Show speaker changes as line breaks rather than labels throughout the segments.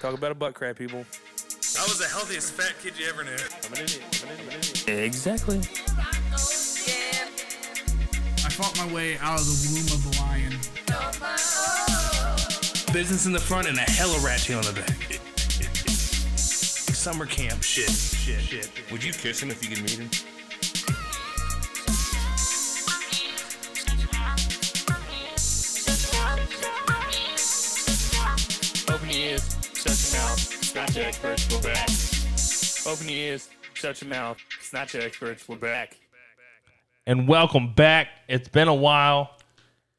Talk about a butt crack, people.
I was the healthiest fat kid you ever knew.
Exactly.
I fought my way out of the womb of the lion.
Business in the front and a hella rat tail on the back. Summer camp shit. Shit. Shit.
Would you kiss him if you could meet him?
Open your ears, shut your mouth. Snatch your experts, we're back. Open your ears, shut your mouth. Snatch your experts, we're back.
and welcome back. It's been a while,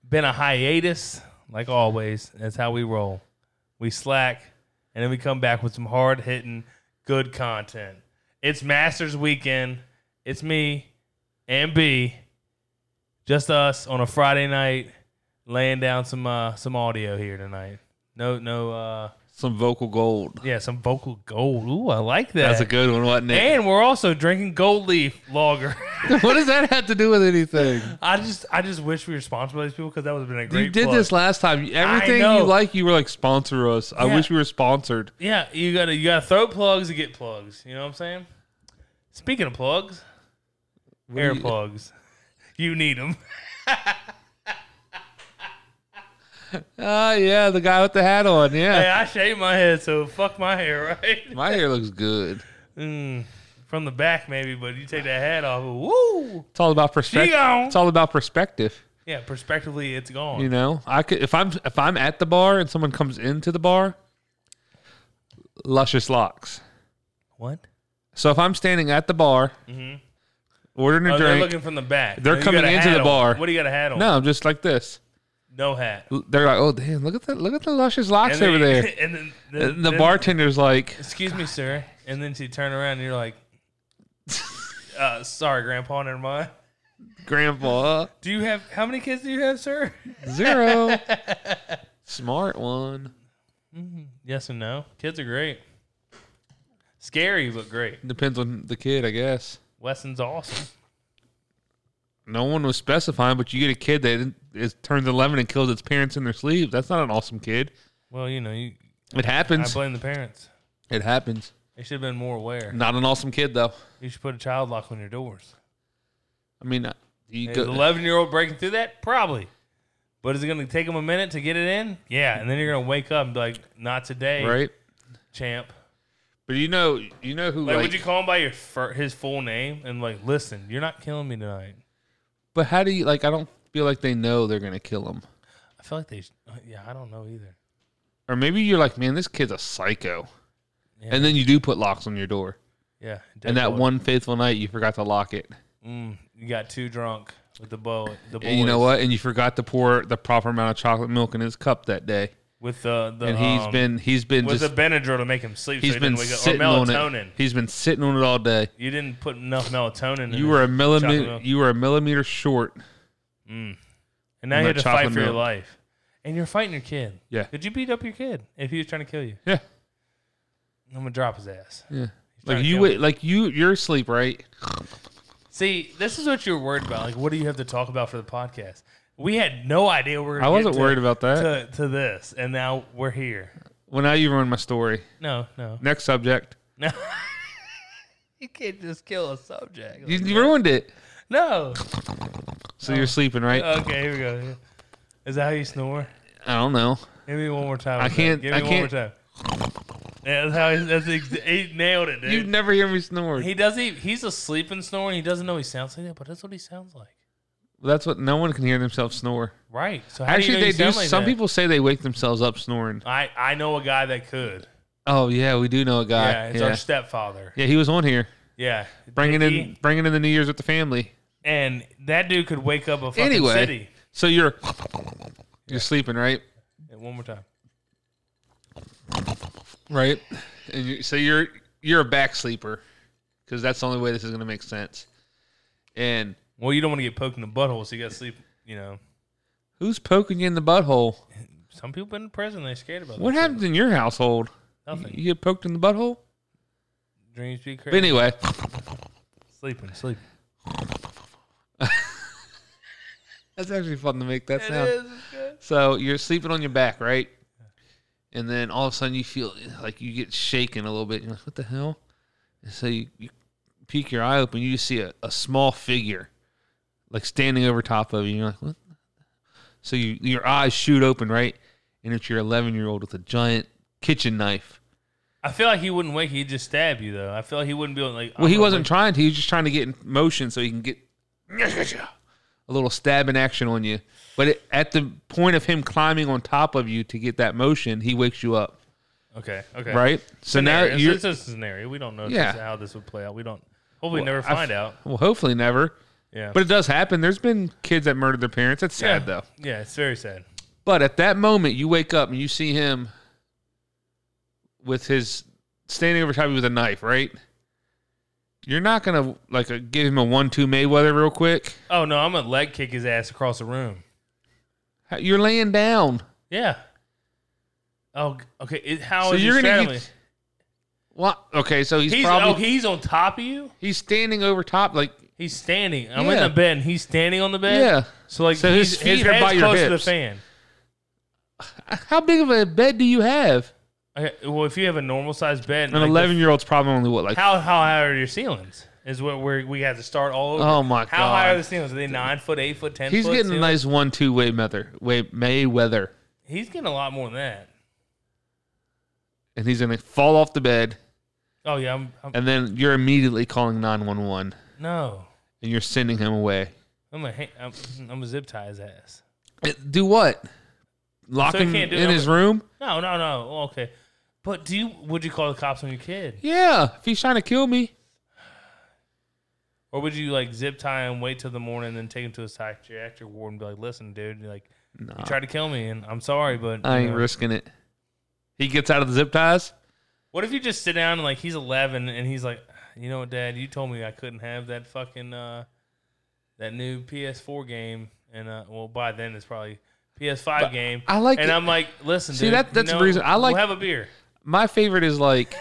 been a hiatus, like always. That's how we roll. We slack, and then we come back with some hard hitting, good content. It's Masters weekend. It's me and B, just us on a Friday night, laying down some uh, some audio here tonight. No, no, uh,
Some vocal gold.
yeah, some vocal gold. Ooh, I like that.
That's a good one, wasn't it?
And we're also drinking gold leaf lager.
what does that have to do with anything?
I just I just wish we were sponsored by these people because that would have been a great.
you did
plug.
this last time. Everything
know.
you like, you were like, sponsor us. I
Yeah.
wish we were sponsored.
Yeah, you gotta you gotta throw plugs to get plugs. You know what I'm saying? Speaking of plugs, air
you-
plugs, you need them.
Ah, yeah, the guy with the hat on. Yeah.
hey, I shave my head, so fuck my hair, right?
My hair looks good.
Mm, from the back maybe, but you take that hat off, woo!
It's all about perspective.
gone.
It's all about perspective.
Yeah, prospectively, it's gone.
You know, I could if I'm if I'm at the bar and someone comes into the bar, luscious locks.
what?
So if I'm standing at the bar, ordering a
Oh, they're
drink,
looking from the back.
They're
You got
coming
a
into
hat
the
on.
bar.
What do you got a hat on?
no, I'm just like this.
no hat.
L- They're like, oh damn, look at the look at the luscious locks over
then-
there.
And then
And the
then-
bartender's like,
excuse me, sir. And then she turned around and you're like, uh, sorry, grandpa, never mind.
Grandpa,
Do you have, how many kids do you have, sir?
zero, smart one.
Yes and no. Kids are great. Scary, but great.
Depends on the kid, I guess.
Weston's awesome.
No one was specifying, but you get a kid that is, turns 11 and kills its parents in their sleep. That's not an awesome kid.
Well, you know, you,
It
I
happens.
blame the parents.
It happens.
They should have been more aware.
Not an awesome kid though.
You should put a child lock on your doors.
I mean, uh, you
An
go,
11 year old breaking through that? Probably. But is it going to take them a minute to get it in? Yeah. And then you're going to wake up and be like, not today,
right?
champ.
But you know, you know who?
Like,
like-
would you call him by your fir- his full name and like, listen, you're not killing me tonight.
but how do you like? I don't feel like they know they're gonna kill him.
I feel like they, sh- uh, yeah, I don't know either.
Or maybe you're like, man, this kid's a psycho.
Yeah.
And then you do put locks on your door.
Yeah,
and that
definitely.
one faithful night, you forgot to lock it.
mm, you got too drunk with the bow, the boys.
And you know what? And you forgot to pour the proper amount of chocolate milk in his cup that day.
With the, the
And he's
um,
been he's been
with
just
the Benadryl to make him sleep.
he's
so he
been
didn't wake up. Or
sitting on
melatonin.
it. He's been sitting on it all day.
You didn't put enough melatonin. in
You were a
his chocolate
millimeter
milk.
you were a millimeter short.
and now you had
that
to fight
chocolate
for your
milk.
life, and you're fighting your kid.
Yeah.
Did you beat up your kid if he was trying to kill you?
Yeah.
I'm gonna drop his ass.
Yeah.
trying
Like
to
you
kill me.
would like you you're asleep, right?
See, this is what you're worried about. Like, what do you have to talk about for the podcast? We had no idea we were.
I
gonna get
wasn't
to-
worried about that.
to, to this, and now we're here.
Well now you ruined my story.
No, no,
Next subject.
no. you can't just kill a subject.
You, you ruined it.
no.
So you're sleeping, right?
Okay, here we go. Is that how you snore?
I don't know.
Give me one more time.
I
with that.
can't-
Give me
I
one
can't-
more time. Yeah, that's how he, that's ex- he nailed it, dude.
You'd never hear me snore.
he does. He, he's asleep and snoring. He doesn't know he sounds like that, but that's what he sounds like.
That's what no one can hear themselves snore.
Right. So how
Actually,
do you know you
they do.
sound like
some
that? Uh,
people say they wake themselves up snoring.
I I know a guy that could.
Oh yeah, we do know a guy.
yeah, it's
yeah.
our stepfather.
Yeah, he was on here
Yeah,
bringing in
Dickie.
bringing in the New Year's with the family.
and that dude could wake up a fucking
Anyway.
city.
So you're you're sleeping, right?
Yeah, One more time.
Right. And you, so you're you're a back sleeper because that's the only way this is gonna make sense. And
Well, you don't want to get poked in the butthole, so you got to sleep. You know,
who's poking you in the butthole?
some people been in prison. They're scared about
What
that shit.
happens in your household?
Nothing.
You get poked in the butthole?
Dreams be
But
crazy.
anyway,
Sleeping, sleeping.
that's actually fun to make that
It
sound.
is. It's good.
So you're sleeping on your back, right? and then all of a sudden you feel like you get shaken a little bit. You're like, what the hell? And so you, you peek your eye open, you just see a, a small figure like standing over top of you. And you're like, what? So you your eyes shoot open, right? And it's your 11 year old with a giant kitchen knife.
I feel like he wouldn't wake. He'd just stab you though. I feel like he wouldn't be like. "Uh-huh,
Well,
I'm
he
gonna
wasn't
wake-
trying to. He was just trying to get in motion so he can get a little stabbing action on you. But it, at the point of him climbing on top of you to get that motion, he wakes you up,
Okay. Okay.
right? So now
Scenario.
you're
It's a scenario. We don't know if
Yeah.
this is how this would play out. We don't. Hopefully,
Well,
never
I-
find out.
Well, hopefully never.
Yeah.
But it does happen. There's been kids that murdered their parents. That's sad
yeah.
though.
Yeah, it's very sad.
But at that moment, you wake up and you see him with his standing over top of you with a knife, right? You're not gonna like uh, give him a one-two Mayweather real quick.
Oh no, I'm gonna leg kick his ass across the room.
How- You're laying down,
Yeah. Oh, g- okay. It, how
so
is he
you're gonna.
straddling?
Get, well, okay, so he's,
he's
probably
oh, he's on top of you.
he's standing over top, like
He's standing. I'm
Yeah.
in the bed. and He's standing on the bed.
yeah.
So like,
So
he's,
his
his
feet are
head's
by your
close to the
hips.
fan.
How big of a bed do you have?
Okay, well, if you have a normal sized bed, and
An
like the-
eleven-year-old's probably only what, like
how how high are your ceilings? Is what where we have to start all over.
Oh, my
how high
God.
are the ceilings? Are they nine foot, eight foot, ten?
He's
foot
getting a
ceilings?
nice one-two way Mayweather, way Mayweather,
He's getting a lot more than that.
and he's gonna fall off the bed,
Oh yeah, I'm, I'm
and then you're immediately calling nine one one,
no.
and you're sending him away.
I'm a ha- I'm, I'm a zip tie his ass.
It- Eh, Do what? Lock
So he
him
can't do
in
it.
his room?
No, no, no. Oh, Okay, but do you would you call the cops on your kid,
Yeah. If he's trying to kill me,
or would you like zip tie him, wait till the morning, then take him to a psychiatric ward and be like, listen, dude, like you tried to kill me, and I'm sorry, but
I
you
ain't
know."
risking it. He gets out of the zip ties.
What if you just sit down and like he's 11 and he's like, you know what, Dad, you told me I couldn't have that fucking uh, that new PS4 game, and uh, well, by then it's probably PS5 game.
I like
and
it.
I'm like, listen,
See,
dude,
that- that's
you
the
know,
reason- I like-
We'll have a beer.
My favorite is like,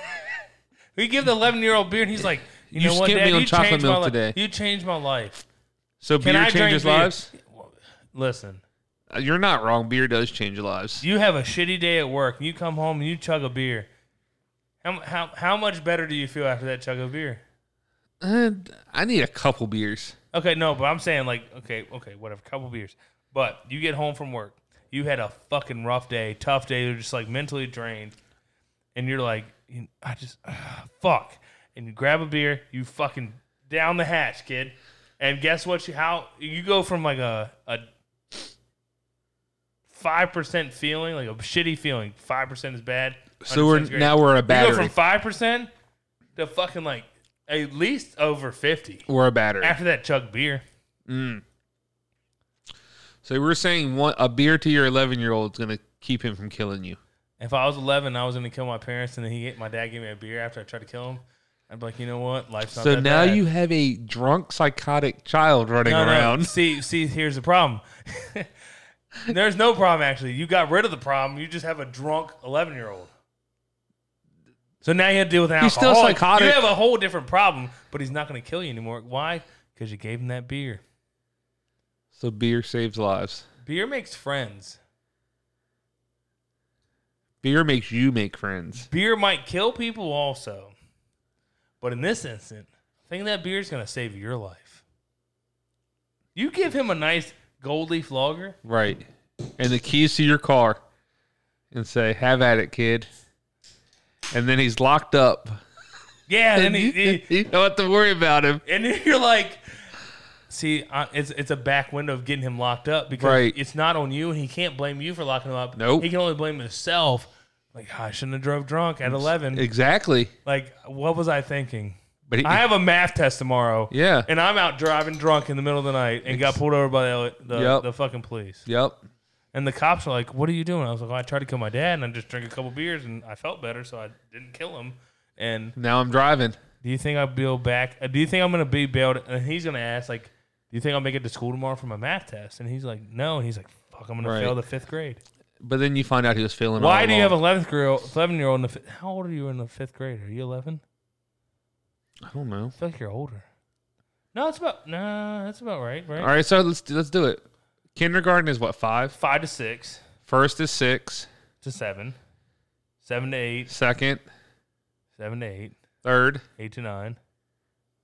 We give the 11 year old beer, and he's like, you,
You
know what,
skipped me
Dad,
on
you
chocolate
changed my
milk
life.
today."
You changed my life.
so
Can
beer
I drink
changes
beer?
lives?
Listen,
Uh, You're not wrong. Beer does change lives.
you have a shitty day at work, and you come home and you chug a beer. How, how, how much better do you feel after that chug of beer?
Uh, I need a couple beers.
Okay, no, but I'm saying like, okay, okay, whatever, couple beers. But you get home from work, you had a fucking rough day, tough day. You're just like mentally drained, and you're like, you- I just ah, fuck. And you grab a beer, you fucking down the hatch, kid. And guess what? You how you go from like a a five percent feeling, like a shitty feeling. Five percent is bad.
So we're
100% is great.
now we're a
You go
battery.
from five percent to fucking like at least over fifty
we're a battery.
after that chug beer.
So we're saying one, a beer to your 11 year old is going to keep him from killing you.
If I was 11, I was going to kill my parents, and then he my dad gave me a beer after I tried to kill him. I'd be like, you know what, life's not.
So
that
now
bad.
you have a drunk, psychotic child running
No, no,
around.
See, see, here's the problem. There's no problem actually. You got rid of the problem. You just have a drunk 11 year old. So now you have to deal with an
He's still
alcoholic.
psychotic.
You have a whole different problem, but he's not going to kill you anymore. Why? Because you gave him that beer.
So beer saves lives.
Beer makes friends.
Beer makes you make friends.
Beer might kill people also, but in this instant, I think that beer is going to save your life. You give him a nice gold leaf lager.
Right. And the keys to your car and say, have at it, kid. And then he's locked up.
Yeah, and,
And
then he,
you,
he-
you don't have to worry about him.
and then you're like, see, I, it's it's a back window of getting him locked up because
Right.
it's not on you, and he can't blame you for locking him up.
Nope.
he can only blame himself. Like "Ah, I shouldn't have drove drunk at eleven.
Exactly.
like what was I thinking?
But he,
I have a math test tomorrow.
Yeah.
And I'm out driving drunk in the middle of the night and got pulled over by the the,
Yep.
the fucking police.
Yep.
And the cops were like, "What are you doing?" I was like, well, "I tried to kill my dad, and I just drank a couple beers, and I felt better, so I didn't kill him." And
Now I'm driving.
do you think I'll bill back? uh, Do you think I'm gonna be bailed? And he's gonna ask, like, "Do you think I'll make it to school tomorrow for my math test?" And he's like, "No," and he's like, "Fuck, I'm gonna
Right.
fail the fifth grade." But
But then you find out he was feeling
why do you have eleventh girl, eleven year old in the? Fi- How old are you in the fifth grade? Are you eleven?
I don't know.
I feel like you're older. No, it's about no, that's about right, right?
All right, so let's do, let's do it. Kindergarten is what five?
Five to six
First is six.
to seven. seven to eight,
second,
seven to eight,
third,
eight to nine,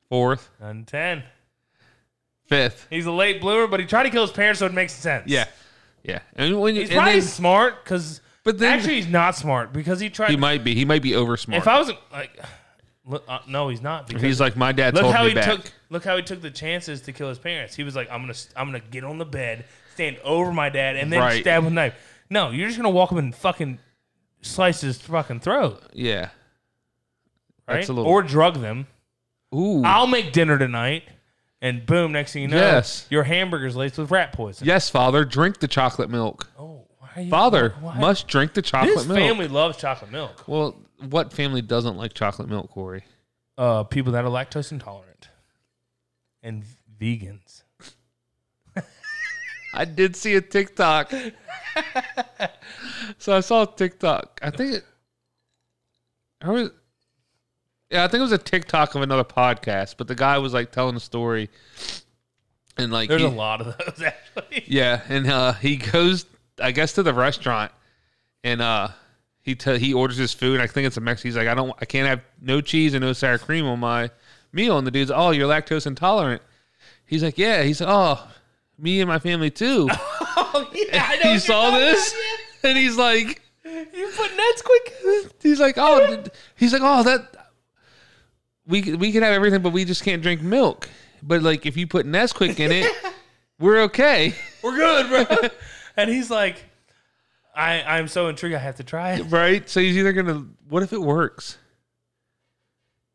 fourth,
nine to ten.
fifth.
He's a late bloomer, but he tried to kill his parents, so it makes sense.
Yeah, yeah. And when you,
he's
and
probably
then-
smart because,
But then-
actually, he's not smart because he tried.
he
to-
might be, he might be over smart.
if I was like, look, uh, no, he's not. Because
He's like my dad
look
told
how
me
he
back.
took look how he took the chances to kill his parents. He was like, I'm gonna I'm gonna get on the bed, stand over my dad, and then
Right.
stab with a knife. No, you're just gonna walk up and fucking slice his fucking throat,
yeah.
right?
That's a little-
or drug them.
Ooh.
I'll make dinner tonight, and boom, next thing you know,
Yes.
your hamburger's laced with rat poison.
yes, father, drink the chocolate milk.
Oh, why are you,
Father
why-
must drink the chocolate
This
milk.
family loves chocolate milk.
well, what family doesn't like chocolate milk, Corey?
Uh, people that are lactose intolerant and vegans.
I did see a TikTok. so I saw a TikTok. I think it. I was, yeah, I think it was a TikTok of another podcast, but the guy was like telling a story, and like
There's
he-
a lot of those actually.
Yeah, and uh, he goes, I guess, to the restaurant, and uh, he t- he orders his food. I think it's a Mexican. He's like, I don't, I can't have no cheese and no sour cream on my meal. And the dude's, oh, you're lactose intolerant. He's like, yeah. He's like, oh, me and my family too.
Oh yeah, I know
he
what
saw
you're talking
this,
about, yeah.
and he's like,
You put Nesquik.
he's like, oh, did- he's like, oh, that we c- we can have everything, but we just can't drink milk. But like, if you put Nesquik in it, we're okay,
We're good, bro. and he's like, I, I'm so intrigued. I have to try it.
right? So he's either gonna. What if it works?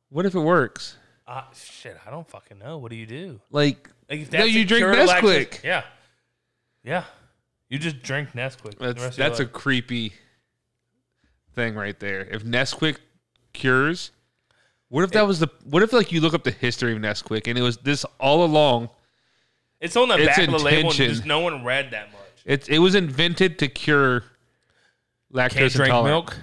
What if it works?
Uh, shit, I don't fucking know. What do you do?
Like,
Like if
No, you
a
drink
cure to lactose-
Nesquik.
Yeah, yeah. You just drink Nesquik. for the
that's
rest of your
that's a
life.
creepy thing right there. If Nesquik cures, what if that was the? What if like you look up the history of Nesquik and it was this all along?
It's on the
it's
back of the label, and
intention.
just no one read that much.
It it was invented to cure lactose
Can't drink
intolerant
milk.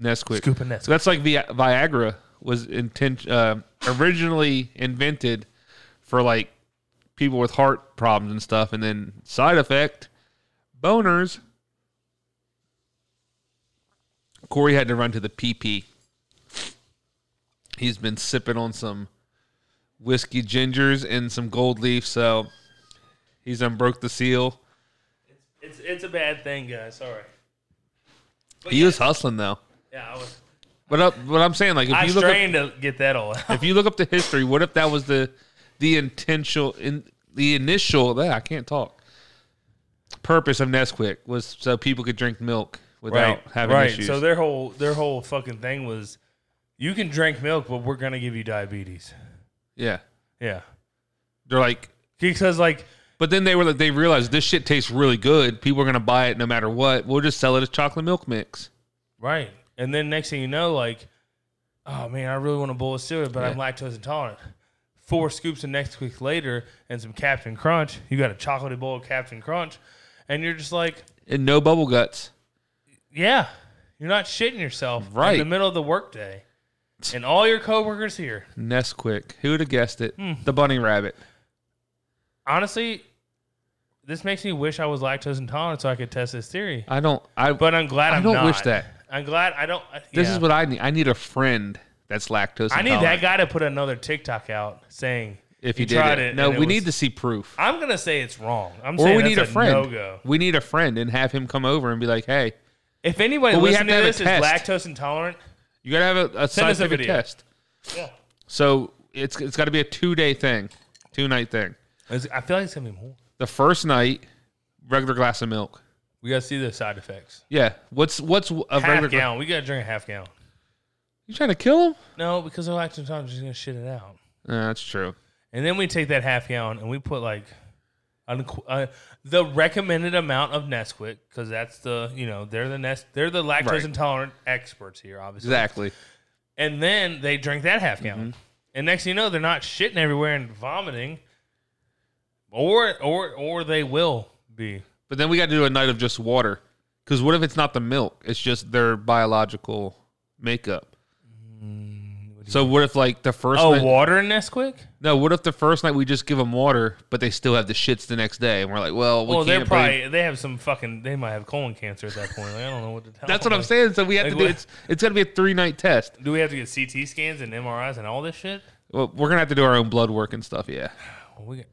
Nesquik.
Scoop of Nesquik.
So that's like Vi- Viagra was intent uh, originally invented for like people with heart problems and stuff, and then side effect boners. Corey had to run to the PP. He's been sipping on some whiskey gingers and some gold leaf, so he's unbroke the seal.
It's it's a bad thing, guys. Sorry. But
He
yeah,
was hustling though.
yeah, I was.
But up, but I'm saying like if
I
you look up
strained to get that all out.
if you look up the history, what if that was the the intentional in the initial that I can't talk purpose of Nesquik was so people could drink milk without having
right.
issues.
So their whole their whole fucking thing was, you can drink milk, but we're gonna give you diabetes.
yeah,
Yeah,
they're like,
because like
but then they were like, they realized this shit tastes really good. People are gonna buy it no matter what. We'll just sell it as chocolate milk mix.
right, and then next thing you know, like, oh man, I really want a bowl of cereal, but I'm
Yeah.
lactose intolerant. Four scoops of next week later, and some Captain Crunch. You got a chocolatey bowl of Captain Crunch, and you're just like,
And no bubble guts.
yeah, you're not shitting yourself in the
Right.
middle of the workday, and all your coworkers here.
Nesquik. Who would have guessed it?
Hmm.
The bunny rabbit.
honestly, this makes me wish I was lactose intolerant so I could test this theory.
I don't. I
But I'm glad
I
I'm
don't
not.
wish that.
I'm glad I don't. I-
This
yeah.
is what I need. I need a friend that's lactose.
I need. That
intolerant.
guy to put another TikTok out saying
If
he
you did
tried
it,
it
no,
and it
we need to
was-
see proof.
I'm gonna say it's wrong. I'm
or
saying
we need a
that's
friend.
No go.
We need a friend and have him come over and be like, "Hey,
If anybody
But we
listening to
have to
this is
have a
lactose intolerant,
you gotta have a, a scientific
video.
test."
Yeah.
So it's it's got to be a two day thing, two night thing.
it's- I feel like it's gonna be more.
The first night, regular glass of milk.
We gotta see the side effects.
Yeah. What's what's a regular?
Half
gla-
gallon. We gotta drink a half gallon.
You trying to kill him?
No, because the lactose intolerant is gonna shit it out.
Nah, that's true.
And then we take that half gallon and we put like un- uh, the recommended amount of Nesquik because that's the you know they're the nest they're the lactose
Right.
intolerant experts here obviously.
Exactly.
And then they drink that half gallon,
Mm-hmm.
and next thing you know they're not shitting everywhere and vomiting, or or or they will be.
But then we got to do a night of just water. Because
Mm,
what if it's not the milk? It's just their biological makeup. So what if like the first
Oh,
night?
water in Nesquik?
no, what if the first night we just give them water, but they still have the shits the next day, and we're like, well, we
well, they're
can't. blame-
probably they have some fucking they might have colon cancer at that point. Like, I don't know what to tell.
That's
them.
what I'm
Like,
saying. So we have
Like,
to do
what-
it's. It's got to be a three night test.
Do we have to get CT scans and MRIs and all this shit?
Well, we're gonna have to do our own blood work and stuff. Yeah.
Well, we,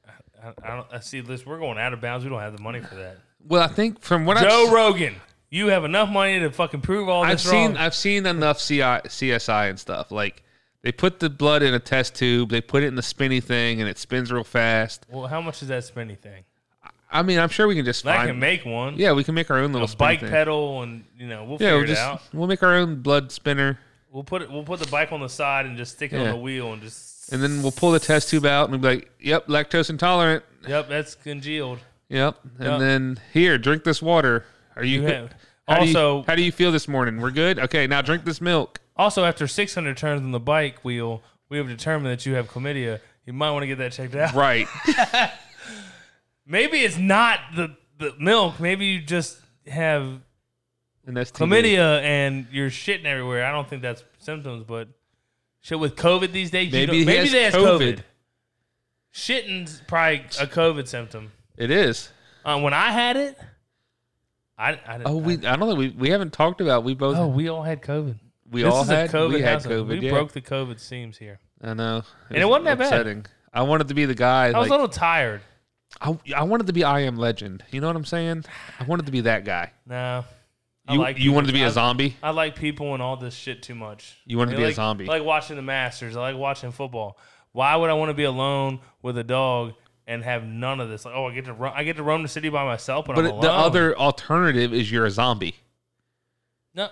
I, I don't I see this. We're going out of bounds. We don't have the money for that.
Well, I think from what
Joe
I've,
Rogan, you have enough money to fucking prove all
I've
this
seen,
wrong.
I've seen enough CI, CSI and stuff. Like they put the blood in a test tube, they put it in the spinny thing, and it spins real fast.
well, how much is that spinny thing?
I mean, I'm sure we can just
I
find.
can make one.
yeah, we can make our own little
a
spinny
bike
thing.
pedal, and you know we'll
Yeah,
figure
we'll
it
just
out.
we'll make our own blood spinner,
We'll put it. We'll put the bike on the side and just stick it
Yeah.
on the wheel and just.
and then we'll pull the test tube out and we'll be like, "Yep, lactose intolerant.
Yep, that's congealed.
Yep." And
Yep.
then here, drink this water. Are you?
You have-
how do you-
Also-
how do you feel this morning? We're good. Okay, now drink this milk.
Also, after 600 turns on the bike wheel, we have determined that you have chlamydia. You might want to get that checked out.
Right.
Maybe it's not the, the milk. Maybe you just have
And that's TV.
chlamydia and you're shitting everywhere. I don't think that's symptoms, but shit with COVID these days,
Maybe
you don't,
he
maybe
has
they has
COVID.
COVID. Shitting's probably a COVID symptom.
It is.
Uh, when I had it, I, I didn't.
Oh, we.
I-
I don't know. We, we haven't talked about. We both.
oh, we all had COVID.
we
this
all
is
had.
a COVID.
we had
household.
COVID.
We
yeah.
broke the COVID seams here.
I know.
And it wasn't that bad.
upsetting. I wanted to be the guy.
I was
like,
a little tired.
I, I wanted to be I am Legend. You know what I'm saying? I wanted to be that guy.
No, I
You
like
you wanted to be
people.
a
I-
zombie.
I like people and all this shit too much.
You wanted
I
to be a
like-
zombie.
I like watching the Masters. I like watching football. Why would I want to be alone with a dog and have none of this? Like, oh, I get to run. I get to roam the city by myself, but,
But
I'm
it-
alone.
the other alternative is you're a zombie.
no,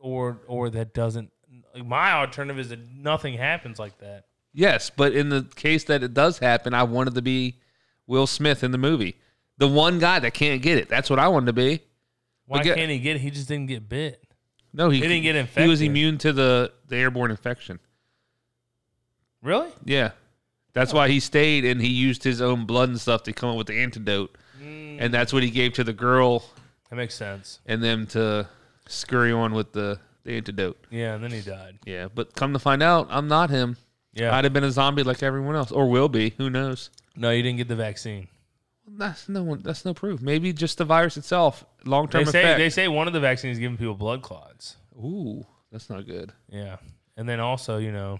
or or that doesn't. like, my alternative is that nothing happens like that.
Yes, but in the case that it does happen, I wanted to be Will Smith in the movie, the one guy that can't get it. That's what I wanted to be.
Why
But get-
can't he get? it? He just didn't get bit.
No, he,
He didn't get
He was
infected.
immune to the the airborne infection.
Really?
Yeah.
Oh.
That's why he stayed and he used his own blood and stuff to come up with the antidote.
Mm.
And that's what he gave to the girl
That makes sense.
and them to scurry on with the, the antidote.
Yeah, and then he died.
Yeah. But come to find out, I'm not him.
Yeah.
I'd have been a zombie like everyone else or will be. Who knows?
no, you didn't get the vaccine.
That's no one. That's no proof. Maybe just the virus itself, long
They
term
say
effect.
they say one of the vaccines is giving people blood clots.
Ooh, that's not good.
Yeah. And then also, you know,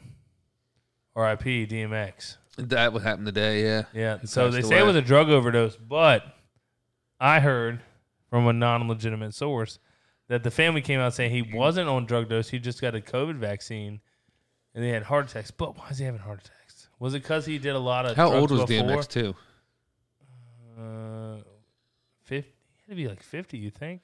RIP DMX.
That would happen today. Yeah.
Yeah. So they
passed
say it
away.
was a drug overdose, but I heard from a non legitimate source that the family came out saying he wasn't on drug dose. He just got a COVID vaccine and he had heart attacks. But why is he having heart attacks? Was it because he did a lot of
How old
drugs
was
before?
DMX too?
Uh, 50. He had to be like 50, you think?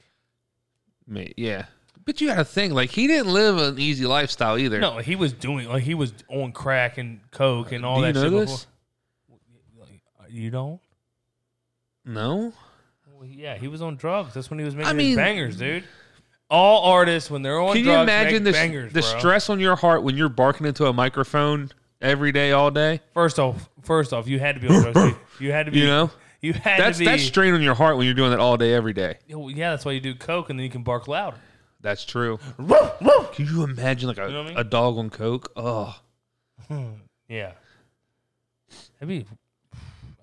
Me. Yeah. But you got to think like he didn't live an easy lifestyle either.
No, he was doing, like, he was on crack and coke and all
Do you
that
know
shit
this?
before. You don't?
No.
Well, yeah, he was on drugs. That's when he was making
I
his
mean-
bangers, dude. All artists when they're on
Can you
drugs
imagine the,
make bangers,
the
bro.
stress on your heart when you're barking into a microphone every day, all day?
First off, first off, you had to be on drugs. dude. You had to be.
You know,
you had
that's
to be.
that's strain on your heart when you're doing that all day, every day.
Well, yeah, that's why you do coke and then you can bark louder.
That's true. Can you imagine like a,
You know what I mean?
a dog on coke? Oh,
Yeah, that'd be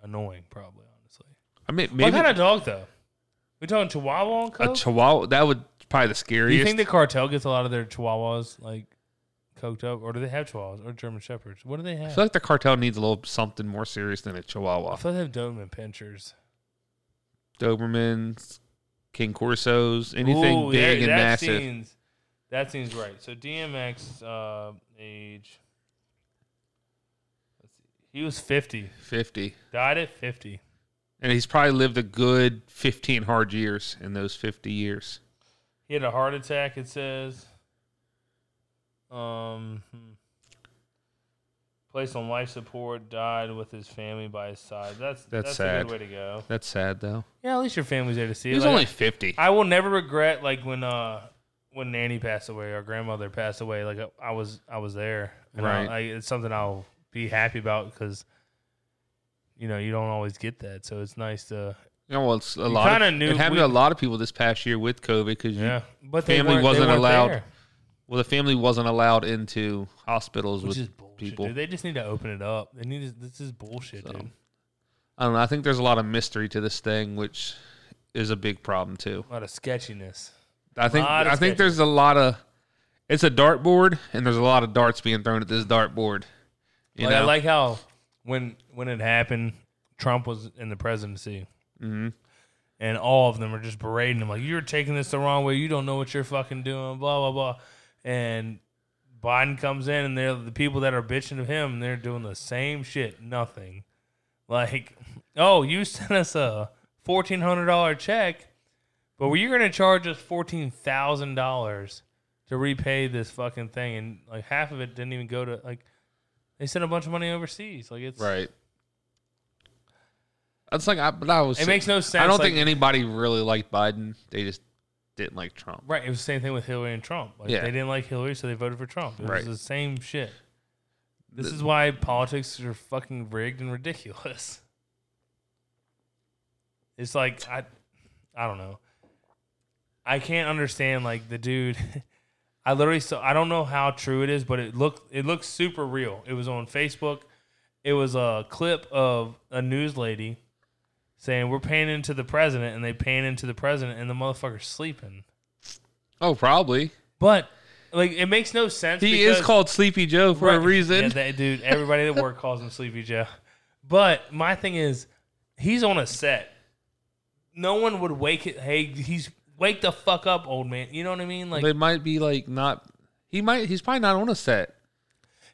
annoying, probably. Honestly,
I mean,
what
maybe
kind of dog though? We talking Chihuahua on
a
coke?
chihuahua. That would probably the
do
scariest.
you think the cartel gets a lot of their Chihuahuas like coked up, or do they have Chihuahuas or German Shepherds? What do they have?
I feel like the cartel needs a little something more serious than a
I
chihuahua.
thought they have Doberman Pinchers.
Dobermans, King Corsos, anything
Ooh,
big
there-
and
that
massive.
Seems, that seems right. So DMX uh, age. Let's see. He was 50.
Fifty,
Died at 50.
and he's probably lived a good fifteen hard years in those fifty years.
He had a heart attack, it says. Um, hmm. placed on life support, died with his family by his side. That's
That's
that's, a
sad.
good way to go.
That's sad though.
Yeah, at least your family's there to see.
He
it.
was
Like,
only fifty.
I will never regret like when uh when Nanny passed away or grandmother passed away. Like I was I was there. And I-
Right.
I- it's something I'll be happy about because you know you don't always get that. So it's nice to
Yeah, well, it's a lot.
kinda
Of,
knew
it happened
we-
to a lot of people this past year with COVID because
yeah. But
family
weren't-
wasn't
weren't
allowed.
there.
Well, the family wasn't allowed into hospitals
Which
with
is bullshit.
people.
Dude. They just need to open it up. They need to, this is bullshit,
So.
dude.
I don't know. I think there's a lot of mystery to this thing, which is a big problem too.
A lot of sketchiness.
I think
Lot of
I think there's a lot of it's a dartboard, and there's a lot of darts being thrown at this dartboard. You
like, I
know?
like how when when it happened, Trump was in the presidency,
Mhm.
and all of them are just berating him like, "You're taking this the wrong way. You don't know what you're fucking doing." Blah blah blah. And Biden comes in, and they're the people that are bitching of him. They're doing the same shit. Nothing. Like, oh, you sent us a fourteen hundred dollar check, but were you going to charge us fourteen thousand dollars to repay this fucking thing? And like half of it didn't even go to like they sent a bunch of money overseas. Like it's
right. That's like I, but I was.
It makes no sense.
I don't
like-
think anybody really liked Biden. They just didn't like Trump.
Right, it was the same thing with Hillary and Trump. Like
Yeah.
they didn't like Hillary, so they voted for Trump. It
Right.
was the same shit. This is why politics are fucking rigged and ridiculous. It's like I, I don't know. I can't understand like the dude. I literally so I don't know how true it is, but it looked it looked super real. It was on Facebook. It was a clip of a news lady saying we're paying into the president, and they paying into the president, and the motherfucker's sleeping.
Oh, probably.
But like, it makes no sense.
He is
because-
called Sleepy Joe for a
Right.
reason.
Yeah, that dude. Everybody at work calls him Sleepy Joe. But my thing is, he's on a set. No one would wake it. Hey, he's wake the fuck up, old man. You know what I mean? Like
they might be like not. He might. He's probably not on a set.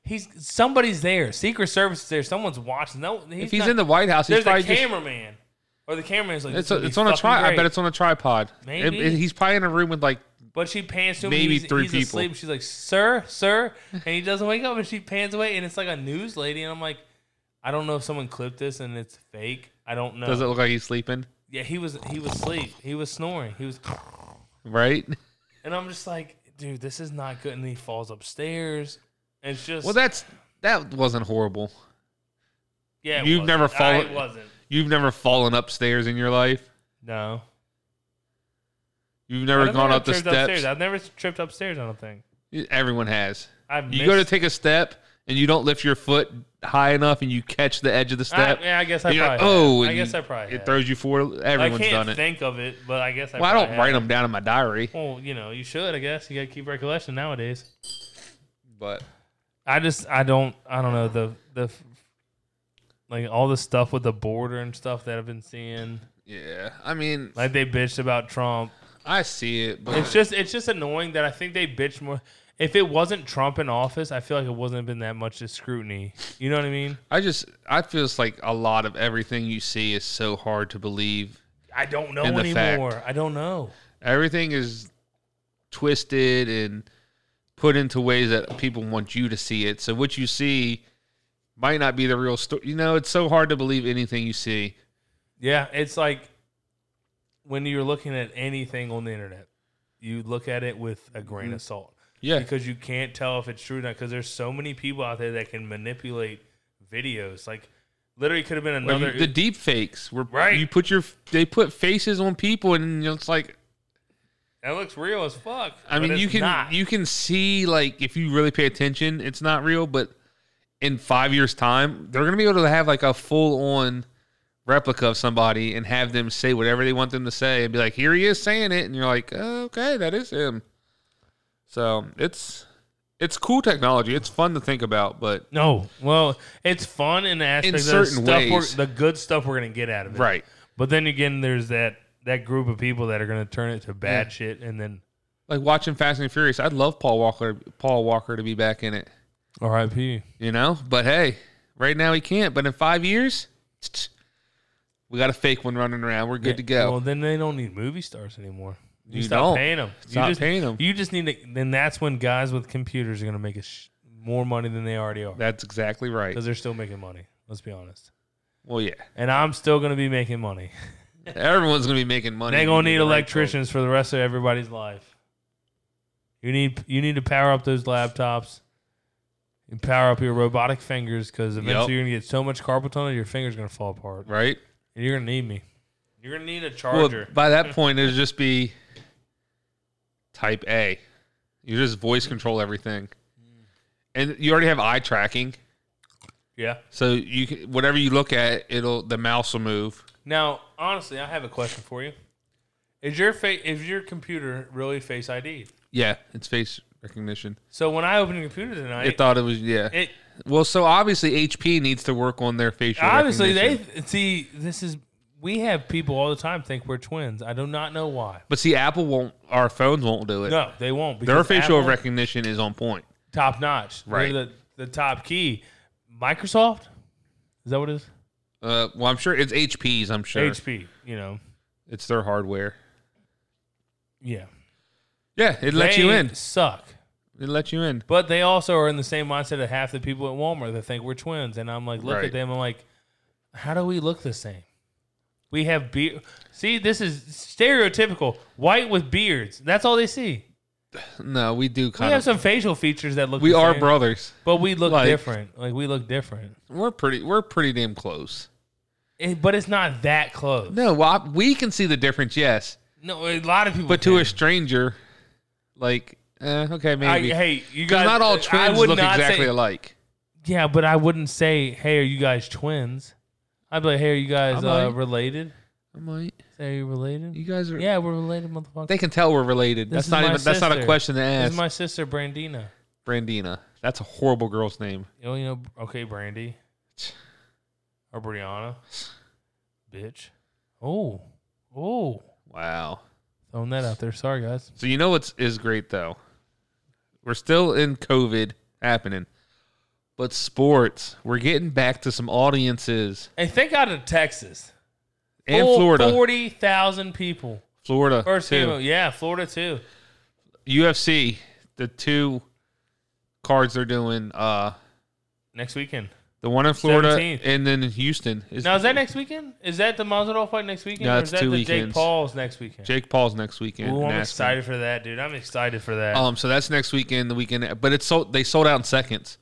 he's somebody's there. Secret Service is there. Someone's watching. No, he's
if he's
not-
in the White House, he's
there's a
probably just.
cameraman. Or the cameraman's like,
It's,
"This
a,
would be
it's on a
fucking
tripod. I
great."
bet it's on a tripod. It-
Maybe.
it- he's probably in a room with like
But she pans to him.
Maybe
Maybe he's,
three
he's
people.
Asleep. She's like, "Sir, sir," and he doesn't wake up. And she pans away, and it's like a news lady. And I'm like, I don't know if someone clipped this and it's fake. I don't know.
Does it look like he's sleeping?
yeah, he was he was asleep. He was snoring. He was,
Right.
and I'm just like, dude, this is not good. And he falls upstairs. And it's just
Well, that's that wasn't horrible.
yeah. it
you've
wasn't.
never
I-
followed-
It wasn't.
You've never fallen upstairs in your life.
No.
You've never
I've
gone
never
up the
tripped
steps.
Upstairs. I've never tripped upstairs. I don't think.
Everyone has.
I've
You go to
missed-
take a step and you don't lift your foot high enough and you catch the edge of the step.
I, yeah, I guess I
and you're
probably.
like, oh,
have. I
and
guess
you-
I probably.
It
have.
throws you forward.
I
Everyone's
can't
done it.
think of it, but I guess I.
Well, I
probably
don't
have.
write them down in my diary,
Well, you know, you should, I guess. You got to keep recollection nowadays.
but
I just, I don't, I don't know the the like all the stuff with the border and stuff that I've been seeing.
yeah, I mean,
Like they bitched about Trump.
I see it, but
It's just, it's just annoying that I think they bitch more. If it wasn't Trump in office, I feel like it wasn't been that much scrutiny. You know what I mean?
I just I feel it's like a lot of everything you see is so hard to believe.
I don't know
And the fact.
anymore. I don't know.
Everything is twisted and put into ways that people want you to see it. So what you see might not be the real story. You know, it's so hard to believe anything you see.
Yeah, it's like when you're looking at anything on the internet, you look at it with a grain of salt.
Yeah,
because you can't tell if it's true or not. Because there's so many people out there that can manipulate videos. Like literally, could have been
Like,
another.
the deep fakes were
Right.
You put your they put faces on people, and it's like
that looks real as fuck.
I
but
mean,
it's
you can
not.
you can see like if you really pay attention, it's not real. But in five years' time, they're gonna be able to have like a full on replica of somebody and have them say whatever they want them to say and be like, "Here he is saying it," and you're like, oh, "Okay, that is him." So it's it's cool technology. It's fun to think about, but
no. Well, it's fun in the aspect of the
certain
stuff we're-
ways.
the good stuff we're gonna get out of it.
right,
But then again, there's that that group of people that are gonna turn it to bad shit, and then
like watching Fast and Furious. I'd love Paul Walker Paul Walker to be back in it.
R.I.P.
you know. But hey, right now he can't. But in five years, we got a fake one running around. We're good to go.
Well, then they don't need movie stars anymore. You,
You
stop
don't.
paying them.
Stop
you just,
paying 'em.
You just need to. Then that's when guys with computers are gonna make a sh- more money than they already are.
That's exactly right.
because they're still making money. Let's be honest.
Well, yeah,
And I'm still gonna be making money.
everyone's gonna be making money.
They're gonna need
the right
electricians for the rest of everybody's life. You need you need to power up those laptops and power up your robotic fingers because eventually you're gonna get so much carpal tunnel your fingers gonna fall apart.
thing, right?
And you're gonna need me. You're gonna need a
Well,
charger.
by that point, it'll just be type A. You just voice control everything, and you already have eye tracking,
Yeah.
so you can, whatever you look at, it'll the mouse will move.
Now, honestly, I have a question for you. Is your face is your computer really face ID?
Yeah, it's face recognition.
So when I open the computer tonight,
It thought it was yeah.
it
well, so obviously HP needs to work on their facial.
obviously they
recognition.
see this is we have people all the time think we're twins. I do not know why.
But see, Apple won't. Our phones won't do it.
No, they won't.
their
because
facial
Apple-
recognition is on point.
top notch. They're
Right.
the, the top key. Microsoft? Is that what it is?
Uh, well, I'm sure it's HP's. I'm sure
HP, you know.
it's their hardware.
Yeah.
Yeah, it lets you
They
in.
Suck.
It lets you in.
But they also are in the same mindset of half the people at Walmart that think we're twins. And I'm like, look
Right.
at them. I'm like, how do we look the same? We have beard. See, this is stereotypical white with beards. That's all they see.
No, we do
We
kind
have
of.
some facial features that look.
we
the
are
same,
brothers.
but we look
like-
different. Like we look different,
We're pretty. We're pretty damn close.
And- but it's not that close.
No, well, I- we can see the difference. Yes,
No, a lot of people.
but to
can.
a stranger, like, eh, okay,
I,
maybe.
hey, you
'Cause
guys.
not all
I
twins
would
look
not
exactly
say,
alike.
Yeah, but I wouldn't say, "Hey, are you guys twins?" I'd be like, "Hey, are you guys
I'm
uh,
like-
related?"
I'm like,
Say, "Are you related?"
you guys are.
Yeah, we're related, motherfucker.
They can tell we're related.
This
that's
is
not
my
even. That's not a
sister.
question to
this
ask.
is my sister, Brandina.
Brandina. That's a horrible girl's name.
You know, you know, okay, Brandy or Brianna, bitch. Oh, oh,
Wow.
throwing that out there. Sorry, guys.
So you know what's is great though. We're still in COVID happening, but sports. We're getting back to some audiences
And think out of Texas
and
Full
Florida.
forty thousand people.
Florida
First
too.
game, of- yeah, Florida too.
UFC. The two cards they're doing. Uh,
Next weekend.
the one in Florida
17th.
and then in Houston. Is
Now is that next weekend? Is that the Masvidal fight next weekend?
No,
or
it's
is that
two
the Jake
weekends.
Paul's next weekend?
Jake Paul's next weekend.
Ooh,
in
I'm
Aspen.
excited for that, dude. I'm excited for that.
Um, so that's next weekend. The weekend, but it's sold. They sold out in seconds.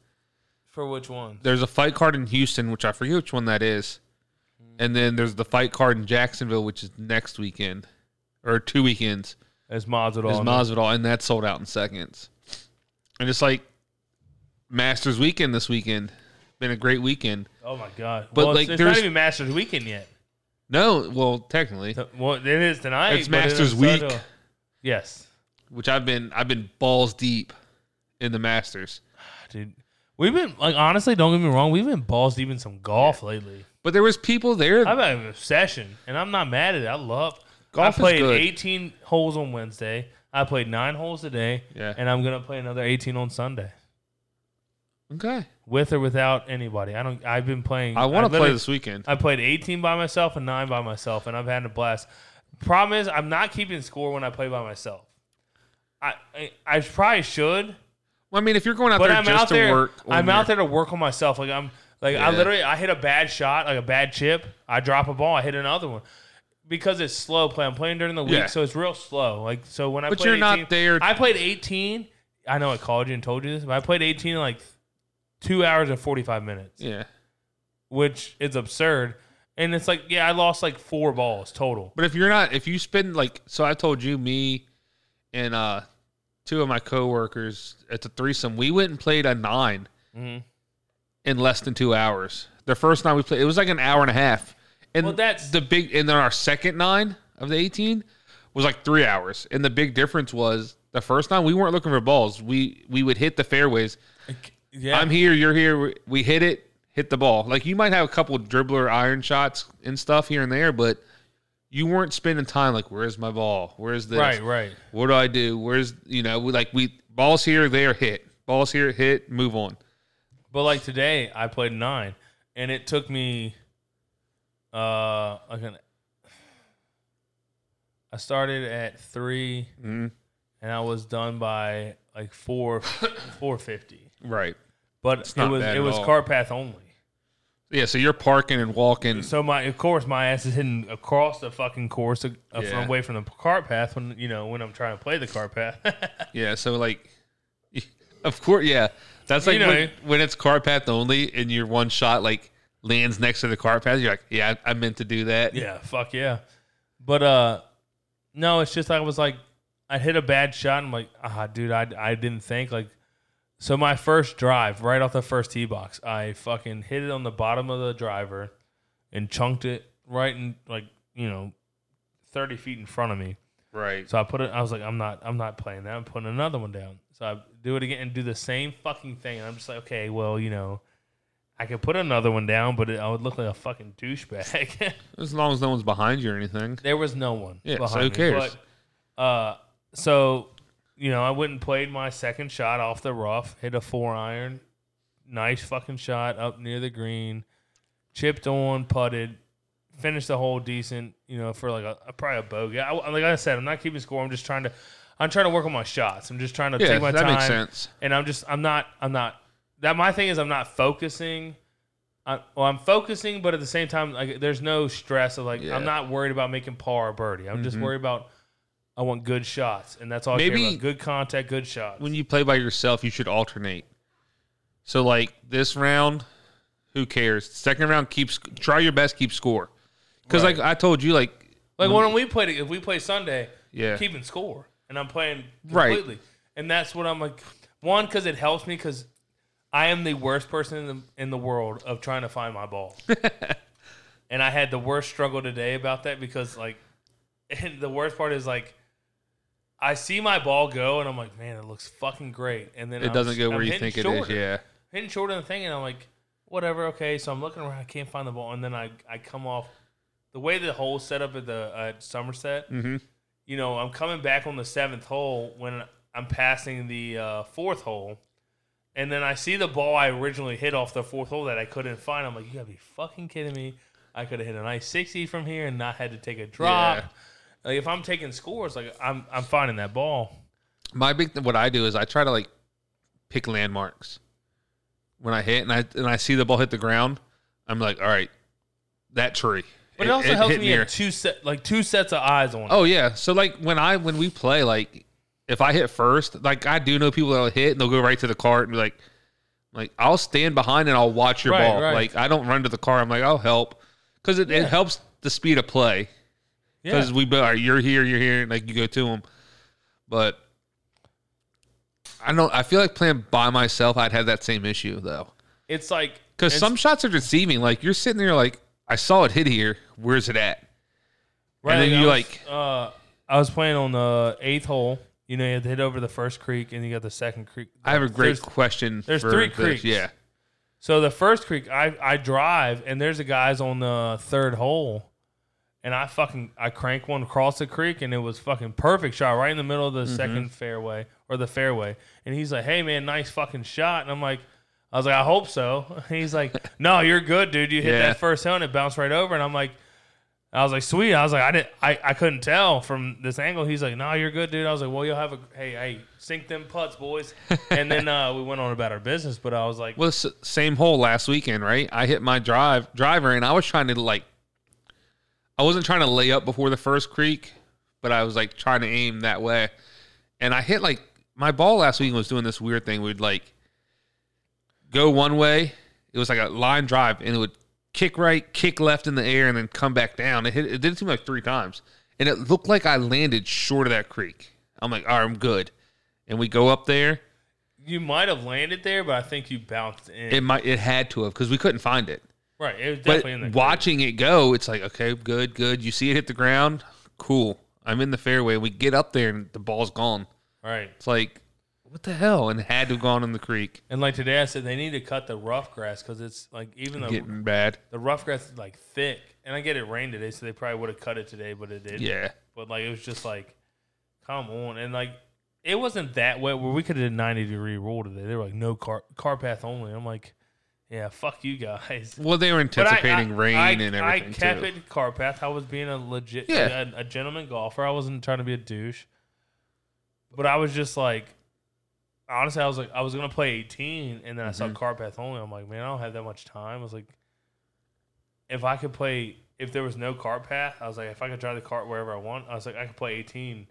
for which one?
there's a fight card in Houston, which I forget which one that is, and then there's the fight card in Jacksonville, which is next weekend or two weekends.
It's Masvidal.
Is Masvidal, and that's sold out in seconds. And it's like Masters weekend this weekend. Been a great weekend.
oh my god!
But,
well,
like,
it's, it's
there's-
not even Masters weekend yet.
No, well, technically,
So- Well, it is tonight.
It's
but
Masters
on Sunday.
week.
Yes,
which I've been I've been balls deep in the Masters.
dude. We've been like honestly, don't get me wrong. We've been balls deep in some golf lately.
But there was people there.
I've had an obsession, and I'm not mad at it. I love
Golf
I
is
played
good.
18 holes on Wednesday. I played nine holes today,
Yeah.
and I'm gonna play another 18 on Sunday.
okay,
with or without anybody. I don't. I've been playing.
I want to play
literally-
this weekend.
I played 18 by myself and nine by myself, and I've had a blast. Problem is, I'm not keeping score when I play by myself. I I, I probably should,
Well, I mean, if you're going out
but
there
I'm
just
out
to
there.
work, on
I'm
your-
out there to work on myself. Like I'm like I
Yeah.
literally I hit a bad shot, like a bad chip. I drop a ball, I hit another one. Because it's slow play. I'm playing during the week,
Yeah.
so it's real slow. Like so when I
But
played
you're not
18
there-
I played 18. I know I called you and told you this, but I played 18 in like two hours and 45 minutes
Yeah,
which is absurd. And it's like, yeah, I lost like four balls total.
But if you're not, if you spend like, so I told you, me and uh two of my coworkers at the threesome, we went and played a 9
Mhm.
in less than two hours. The first night we played, it was like an hour and a half. And
Well, that's-
the big, and then our second nine of the 18 was like three hours. And the big difference was the first time we weren't looking for balls. We, we would hit the fairways.
Yeah,
I'm here, you're here. we- We hit it, hit the ball. Like you might have a couple dribbler iron shots and stuff here and there, but you weren't spending time like, where's my ball? Where's this?
right, right.
What do I do? Where's you know? We, like we balls here, there, hit balls here, hit, move on.
But like today, I played nine, and it took me, uh, like an. I started at 3
Mhm.
and I was done by like four, four fifty.
Right.
But it
not
was
bad
it
at
was
all.
car path only.
Yeah. So you're parking and walking.
So my of course my ass is hitting across the fucking course, uh,
Yeah.
from away from the car path when you know when I'm trying to play the car path.
Yeah. So like, of course, yeah. That's like
You know.
when, when it's car path only, and your one shot like lands next to the car path. You're like, yeah, I, I meant to do that.
Yeah, fuck yeah. But uh no, it's just I was like I'd hit a bad shot. And I'm like, ah, dude, I, I didn't think like. So my first drive, right off the first tee box, I fucking hit it on the bottom of the driver, and chunked it right in like you know, thirty feet in front of me.
Right.
So I put it. I was like, I'm not. I'm not playing that. I'm putting another one down. So I do it again and do the same fucking thing. And I'm just like, okay, well, you know, I could put another one down, but it, I would look like a fucking douchebag.
As long as no one's behind you or anything.
there was no one.
Yeah, so
behind
who
me.
cares?
But, uh, so you know, I went and played my second shot off the rough. Hit a four iron. Nice fucking shot up near the green. Chipped on, putted. Finished the hole decent, you know, for like a, a- probably a bogey. I, like I said, I'm not keeping score. I'm just trying to, I'm trying to work on my shots. I'm just trying to
Yeah,
take my
that
time
makes sense.
and I'm just I'm not I'm not that my thing is I'm not focusing. I, well, I'm focusing, but at the same time, like there's no stress of like
Yeah. Mm-hmm.
I'm not worried about making par or birdie. I'm just worried about I want good shots, and that's all. I care
Maybe-
about. good contact, good shots.
When you play by yourself, you should alternate. So like this round, who cares? Second round, keep sc- try your best, keep score. Because
Right.
like I told you, like
like when we played if we play Sunday,
Mm-hmm. Yeah.
I'm keeping score, and I'm playing
Right.
completely, and that's what I'm like. One, because it helps me, because I am the worst person in the in the world of trying to find my ball, and I had the worst struggle today about that because like, and the worst part is like. I see my ball go, and I'm like, man, it looks fucking great. And then
it
I'm
doesn't
sh-
go
I'm
where you
hitting
think it is.
shorter
Yeah.
hitting short on the thing, and I'm like, whatever, okay. So I'm looking around, I can't find the ball, and then I, I come off the way the hole set up at the at Somerset.
Mhm.
You know, I'm coming back on the seventh hole when I'm passing the uh, fourth hole, and then I see the ball I originally hit off the fourth hole that I couldn't find. I'm like, you gotta be fucking kidding me! I could have hit a nice sixty from here and not had to take a drop.
Yeah.
Like if I'm taking scores, like I'm I'm finding that ball.
my big th- what I do is I try to like pick landmarks when I hit and I and I see the ball hit the ground. I'm like, all right, that tree.
But it, also helps
hit
me
near.
have two set like two sets of eyes on it.
Oh yeah. So like when I when we play, like if I hit first, like I do know people that'll hit and they'll go right to the cart and be like, like I'll stand behind and I'll watch your
Right,
ball.
right.
Like I don't run to the car. I'm like I'll help because it,
Yeah.
it helps the speed of play
yeah.
because we be like you're here, you're here, and like you go to them. But I don't. I feel like playing by myself, I'd have that same issue though.
It's like
Because
it's-
some shots are deceiving. Like you're sitting there, like I saw it hit here. Where's it at? and then
I
you,
was,
like-
uh, I was playing on the eighth hole. You know, you have to hit over the first creek, and you got the second creek.
I have a great
There's-
question.
there's
for
three
this.
creeks.
Yeah.
so the first creek, I I drive, and there's a guy's on the third hole, and I fucking I crank one across the creek, and it was fucking perfect shot right in the middle of the second fairway or the fairway, and he's like, "Hey man, nice fucking shot," and I'm like. I was like, I hope so. He's like, No, you're good, dude. You hit
Yeah.
that first hole and it bounced right over. And I'm like, I was like, sweet. I was like, I didn't, I, I couldn't tell from this angle. He's like, no, you're good, dude. I was like, well, you'll have a, hey, hey, sink them putts, boys. and then uh, we went on about our business. But I was like,
Well, s- same hole last weekend, right? I hit my drive driver, and I was trying to like, I wasn't trying to lay up before the first creek, but I was like trying to aim that way, and I hit like my ball last weekend was doing this weird thing. We'd like go one way, it was like a line drive, and it would kick right, kick left in the air, and then come back down. It hit, it did it to me like three times, and it looked like I landed short of that creek. I'm like, all right, I'm good, and we go up there.
you might have landed there, but I think you bounced in.
It might, it had to have because we couldn't find it.
right. It was definitely in the
but watching it go, it's like, okay, good, good. You see it hit the ground, cool. I'm in the fairway. We get up there and the ball's gone.
Right.
It's like, what the hell? And it had to have gone in the creek.
And like today, I said they need to cut the rough grass because it's like, even though
Getting bad.
the rough grass is like thick. And I get it rained today, so they probably would have cut it today, but it didn't.
Yeah.
But like it was just like, come on, and like it wasn't that wet where we could have did ninety degree roll today. They were like no car car path only. I'm like, yeah, fuck you guys.
Well, they were
But I-
anticipating
I-
rain
I-
and everything
I kept
too.
it car path. I was being a legit,
Yeah.
a, a gentleman golfer. I wasn't trying to be a douche. But I was just like, honestly, I was like, I was gonna play eighteen, and then I
Mm-hmm.
saw car path only. I'm like, man, I don't have that much time. I was like, if I could play, if there was no cart path, I was like, if I could drive the cart wherever I want, I was like, I could play 18.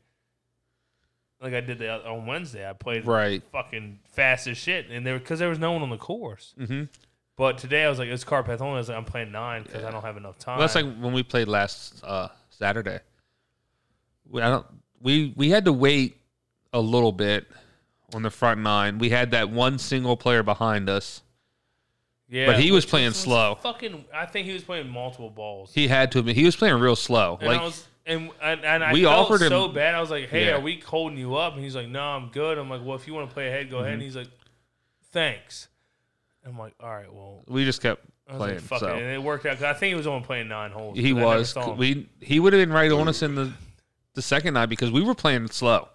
Like I did the, on Wednesday, I played
Right.
fucking fast as shit, and there because there was no one on the course.
Mm-hmm.
But today I was like, it's cart path only. I was like, I'm playing nine because I don't have enough time.
Well, that's like when we played last uh, Saturday. We, I don't. we we had to wait a little bit on the front nine. We had that one single player behind us,
Yeah,
but he was
which
playing slow.
Fucking, I think he was playing multiple balls.
He had to. He was playing real slow.
and
like
I was, and and, and I
We
felt
offered him-
so bad. I was like, "Hey,
Yeah.
are we holding you up?" And he's like, "No, I'm good." I'm like, "Well, if you want to play ahead, go
Mm-hmm.
ahead." And he's like, "Thanks." I'm like, "All right, well."
we just kept
I was
playing.
like, "Fuck
so
it," and it worked out. 'cause I think he was only playing nine holes.
he
'cause I never
was.
saw him.
We he would have been right on us in the the second nine because we were playing slow.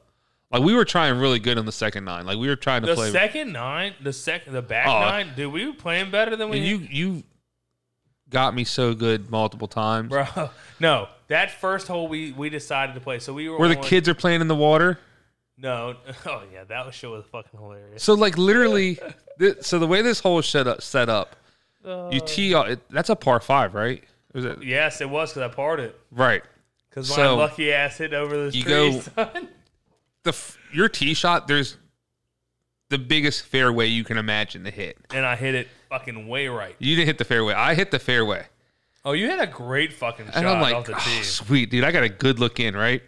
Like we were trying really good on the second nine. Like we were trying to
the
play.
second nine, the second, the back
Oh.
nine, dude, we were playing better than we.
and you you got me so good multiple times.
bro. No, that first hole we we decided to play. So we were
Where the
on-
kids are playing in the water.
No, oh yeah, that was show was fucking hilarious.
So like literally, thi- so the way this hole is set up, set up, you
Uh,
tee off. It, that's a par five, right? Or Is it,
Yes, it was because I parred it
right.
because my
So,
lucky ass hit over those
you
trees. son.
The f- your tee shot, there's the biggest fairway you can imagine to hit.
and I hit it fucking way right.
You didn't hit the fairway. I hit the fairway,
Oh, you had a great fucking shot
and I'm
off
like,
the
"Oh,
tee.
sweet dude, I got a good look in, right?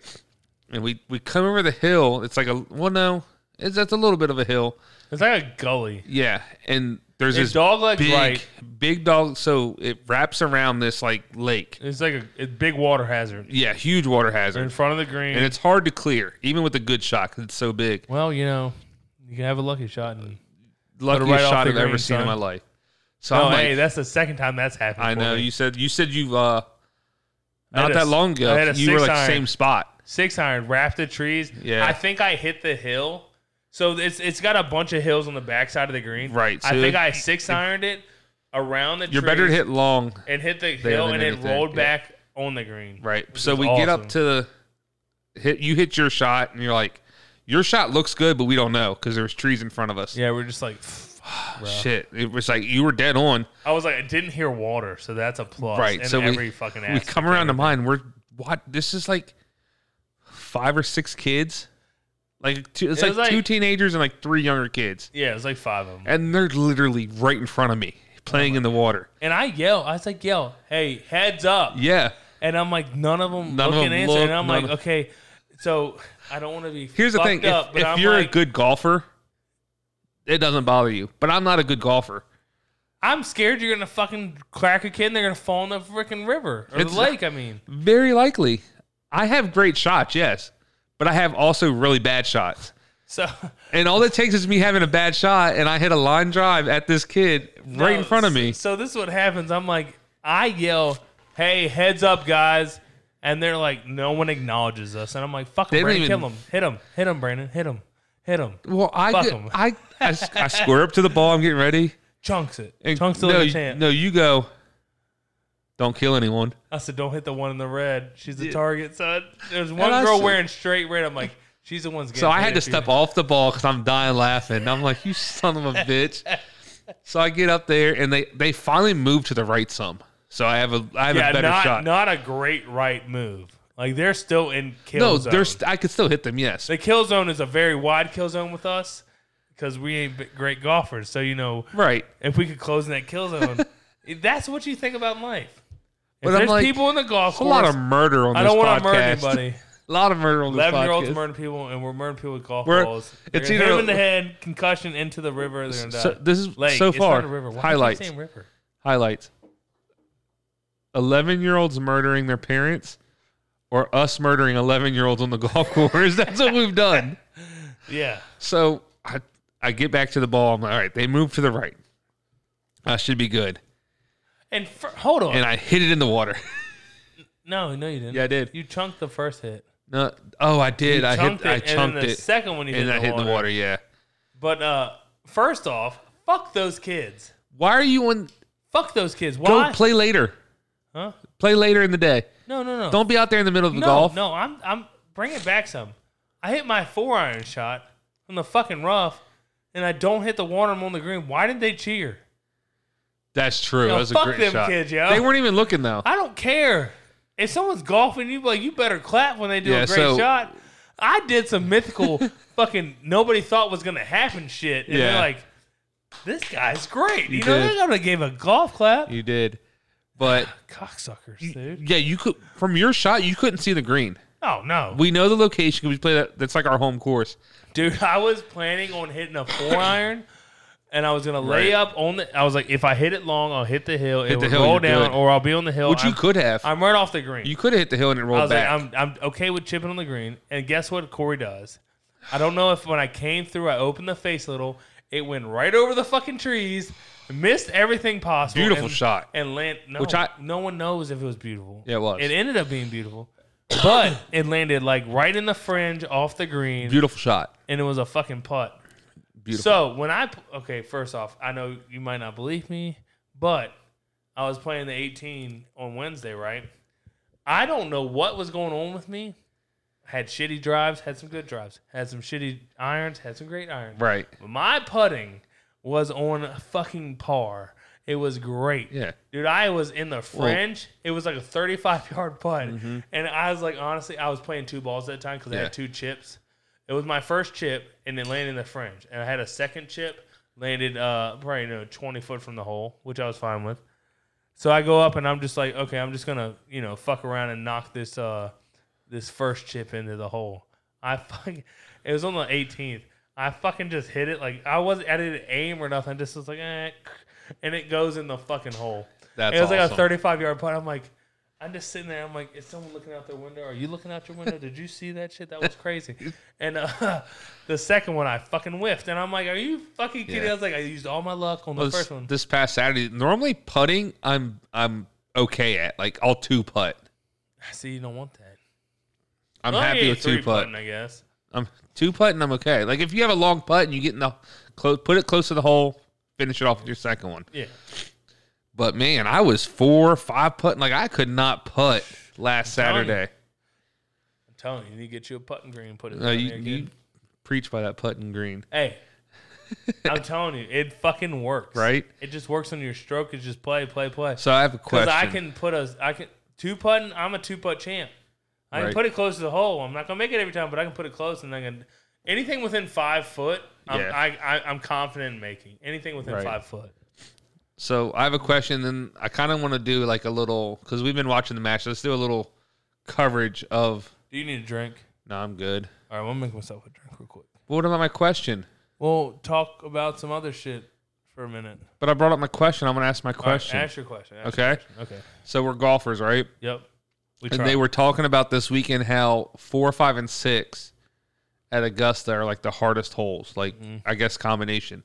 And we we come over the hill. It's like a well, no, it's that's a little bit of a hill.
It's like a gully.
Yeah, and there's
It's
this
dog leg
big,
right.
big dog. So it wraps around this like lake.
It's like a, a big water hazard
Yeah, huge water
in
hazard.
front of the green.
and it's hard to clear, even with a good shot, 'cause it's so big.
well, you know, you can have a lucky shot. And,
Luckiest
right off
shot
the
I've ever
green,
seen in
son.
my life. So
oh,
I'm like,
hey, that's the second time that's happened.
I
for
know
me.
you said you said you uh,
I had
not
a
that
s-
long ago
I had a
you were
six
like
iron.
same spot.
six iron, wrapped the trees.
Yeah.
I think I hit the hill. So it's it's got a bunch of hills on the backside of the green.
Right,
I
so
think
it-
I six ironed it around the
You're better to
trees
hit long,
and hit the
there
hill
than
and it
anything,
rolled
yeah.
back on the green.
right?
Which
So
is
we get up
awesome.
to the hit. You hit your shot, and you're like, your shot looks good, but we don't know because there was trees in front of us.
Yeah, we're just like "Fuck, bro."
Shit, it was like you were dead on.
I was like, I didn't hear water, so that's a plus.
Right,
in
so we-
every fucking
we
aspect
come
of
around to
it.
mine. We're what? This is like five or six kids. Like two, it's
It
like,
was like-
two teenagers and like three younger kids,
Yeah, it was like five of them.
and they're literally right in front of me playing in the water.
And I yell, I was like, yell, hey, heads up.
Yeah.
And I'm like, none of them
None of
looking
them
answer.
look,
and I'm
none
like,
of-
okay, so I don't want to be.
Here's the
fucked
thing:
Up,
if,
but
if
I'm
you're
like,
a good golfer, it doesn't bother you. But I'm not a good golfer.
I'm scared you're gonna fucking crack a kid and they're gonna fall in the freaking river or
It's-
the lake. I mean,
Very likely, I have great shots, yes, but I have also really bad shots.
so
And all it takes is me having a bad shot, and I hit a line drive at this kid right in
No,
front of
so-
me.
So this is what happens. I'm like, I yell, "Hey, heads up, guys!" And they're like, no one acknowledges us. And I'm like, fuck
They
'em,
don't
Brandon,
even-
kill him, hit him, hit him, Brandon, hit him, hit him,
Well, I,
Fuck
get-
'em.
I, I, s- I square up to the ball. I'm getting ready.
chunks it,
And
chunks the
no,
little
you-
champ.
no, you go. Don't kill anyone.
I said, don't hit the one in the red. She's the target. So I- there's one
And I
girl
said-
wearing straight red. I'm like, she's the one's getting.
So I
hit
had to
if you-
step off the ball because I'm dying laughing. I'm like, you son of a bitch. So I get up there and they they finally move to the right some. So I have a I have
Yeah,
a better
not
shot.
not a great right move. Like they're still in kill
no,
zone.
there's I could still hit them. Yes,
the kill zone is a very wide kill zone with us because we ain't b- great golfers. So you know,
right.
if we could close in that kill zone, that's what you think about in life. If
But I'm
there's
like,
people in the golf
A
course,
lot of murder on
I
this
don't want to murder
podcast.
anybody.
a lot of murder on this
Eleven year olds
podcast.
murdering people, and we're murdering people with golf
We're-
balls.
it's
It's either
either-
in the head, concussion into the river. They're gonna die.
So, this is
Lake.
so
It's
far
not a river. Why do I keep
highlights.
saying river?
highlights 11 year olds murdering their parents or us murdering 11 year olds on the golf course that's what we've done
Yeah,
so I, I get back to the ball i'm like all right they move to the right i should be good
and fir- hold on.
and i hit it in the water
no, no, you didn't.
Yeah, I did.
You chunked the first hit.
no, oh i did i hit
chunked it,
i
and
chunked
then the
it
second one you
and
hit,
i
the
hit
water.
the water yeah
But uh, first off, fuck those kids.
why are you on
Fuck those kids.
go
Why?
play later
Huh?
play later in the day
No, no, no.
don't be out there in the middle of the
no,
golf
No, I'm I'm bring it back some. I hit my four iron shot from the fucking rough, and I don't hit the water. I'm on the green. Why didn't they cheer?
that's true
Yo,
that was a
fuck
great
them
shot
kids, yo.
they weren't even looking though
I don't care. If someone's golfing, you like you better clap when they do
Yeah,
a great
so-
shot. I did some mythical fucking nobody thought was gonna happen shit, and
Yeah.
they're like, "This guy's great." You,
You
know,
did.
they gonna give a golf clap.
you did but
Cocksuckers, dude.
Yeah, you could from your shot you couldn't see the green.
Oh no,
We know the location 'cause we play that. That's like our home course.
dude! I was planning on hitting a four iron, and I was gonna lay
Right.
up on the. I was like, if I hit it long, I'll hit the hill.
Hit
it
the
will
hill,
roll
you're
down,
good.
or I'll be on the hill.
Which you
I'm-
could have.
I'm right off the green.
you could have hit the hill and it
I
rolled
was
back.
like, I'm, I'm okay with chipping on the green, and guess what? Corey does. I don't know if when I came through, I opened the face a little. It went right over the fucking trees, missed everything possible.
Beautiful
and-
shot.
and land. No,
Which I-
no one knows if it was beautiful.
Yeah, it was.
It ended up being beautiful, but it landed like right in the fringe off the green,
Beautiful shot.
and it was a fucking putt.
Beautiful.
So when I p- okay, first off, I know you might not believe me, but I was playing the 18 on Wednesday, right? I don't know what was going on with me. Had shitty drives, had some good drives, had some shitty irons, had some great irons.
right.
But My putting was on a fucking par. It was great.
Yeah.
Dude, I was in the fringe. it was like a 35 yard putt. And I was like, honestly, I was playing two balls at that time because I
Mm-hmm. Yeah.
had two chips. It was my first chip and it landed in the fringe. And I had a second chip, landed uh, probably you know, 20 foot from the hole, which I was fine with. So I go up and I'm just like, okay, I'm just going to, you know, fuck around and knock this uh, this first chip into the hole. I fucking it was on the 18th. I fucking just hit it like I wasn't I didn't aim or nothing. Just was like, eh, and it goes in the fucking hole.
That's
it was like a
awesome.
35 yard putt. I'm like, I'm just sitting there. I'm like, is someone looking out their window? Are you looking out your window? Did you see that shit? That was crazy. and uh, the second one, I fucking whiffed, and I'm like, are you fucking kidding?
Yeah.
I was like, I used all my luck on the
Well, this,
first one.
this past Saturday, normally putting, I'm I'm okay at. Like I'll two putt.
see, you don't want that.
I'm
Well,
happy
yeah,
with two
three
putt.
putting, I guess.
I'm two putting. I'm okay. Like if you have a long putt and you get in the close, put it close to the hole, finish it off with your second one.
Yeah.
But man, I was four, five putting. Like I could not putt last
telling you.
Saturday.
I'm telling you, you need to get you a putting green and put it.
Uh,
down
you,
there
you
again.
preach by that putting green,
Hey, I'm telling you, it fucking works.
right?
It just works on your stroke. It's just play, play, play.
So I have a
Because
question.
I can put a, I can two putting. I'm a two putt champ. I
Right.
can put it close to the hole. I'm not gonna make it every time, but I can put it close, and I can anything within five foot. I'm,
Yeah.
I, I, I'm confident in making anything within
Right.
five foot.
So I have a question, and I kind of want to do like a little because we've been watching the match. Let's do a little coverage of.
Do you need a drink?
No, I'm good.
All right, I'm gonna make myself a drink real quick.
But what about my question?
We'll talk about some other shit for a minute.
But I brought up my question. I'm gonna ask my
All right,
question.
ask your question. ask your
okay.
question. Okay.
So we're golfers, right?
Yep. We
And
tried.
they were talking about this weekend how four, five, and six at Augusta are like the hardest holes, like
Mm-hmm.
I guess combination.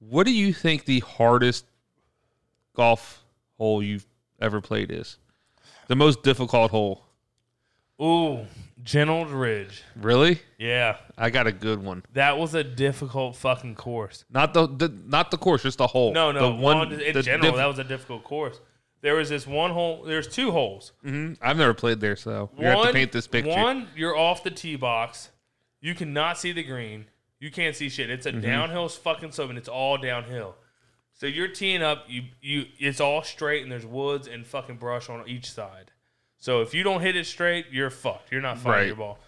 What do you think the hardest golf hole you've ever played is? The most difficult hole,
Ooh, General Ridge.
really?
Yeah,
I got a good one.
that was a difficult fucking course.
Not the, the not the course, just the hole.
No, no,
the one.
well, in
the
general,
diff-
that was a difficult course. There was this one hole. There's two holes.
Mhm. I've never played there, so you have to
One-
paint this picture.
One, you're off the tee box. You cannot see the green. You can't see shit.
Mm-hmm.
It's a downhill fucking slope, and it's all downhill. So you're teeing up. You you. It's all straight, and there's woods and fucking brush on each side. So if you don't hit it straight, you're fucked. You're not firing
Right.
your ball.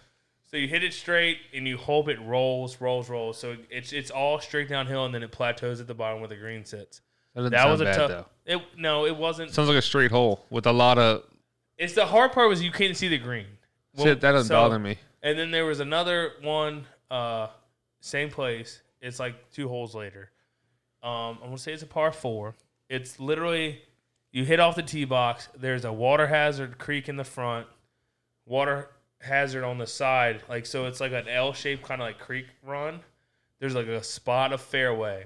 So you hit it straight, and you hope it rolls, rolls, rolls. So it's it's all straight downhill, and then it plateaus at the bottom where the green sits.
that doesn't
That
sound
was a
bad
tough.
though.
It no, it wasn't.
Sounds like a straight hole with a lot of
It's the hard part was you couldn't see the green. Well,
shit. That doesn't
so-
bother me.
And then there was another one, uh, same place. It's like two holes later. Um, I'm gonna say it's a par four. It's literally you hit off the tee box. There's a water hazard creek in the front, water hazard on the side. Like so, it's like an L-shaped kind of like creek run. There's like a spot of fairway,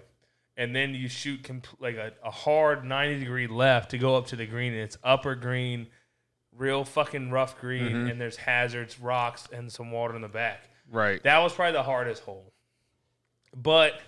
and then you shoot comp- like a, a hard 90 degree left to go up to the green. And it's upper green, real fucking rough green,
Mm-hmm.
and there's hazards, rocks, and some water in the back.
Right.
That was probably the hardest hole. But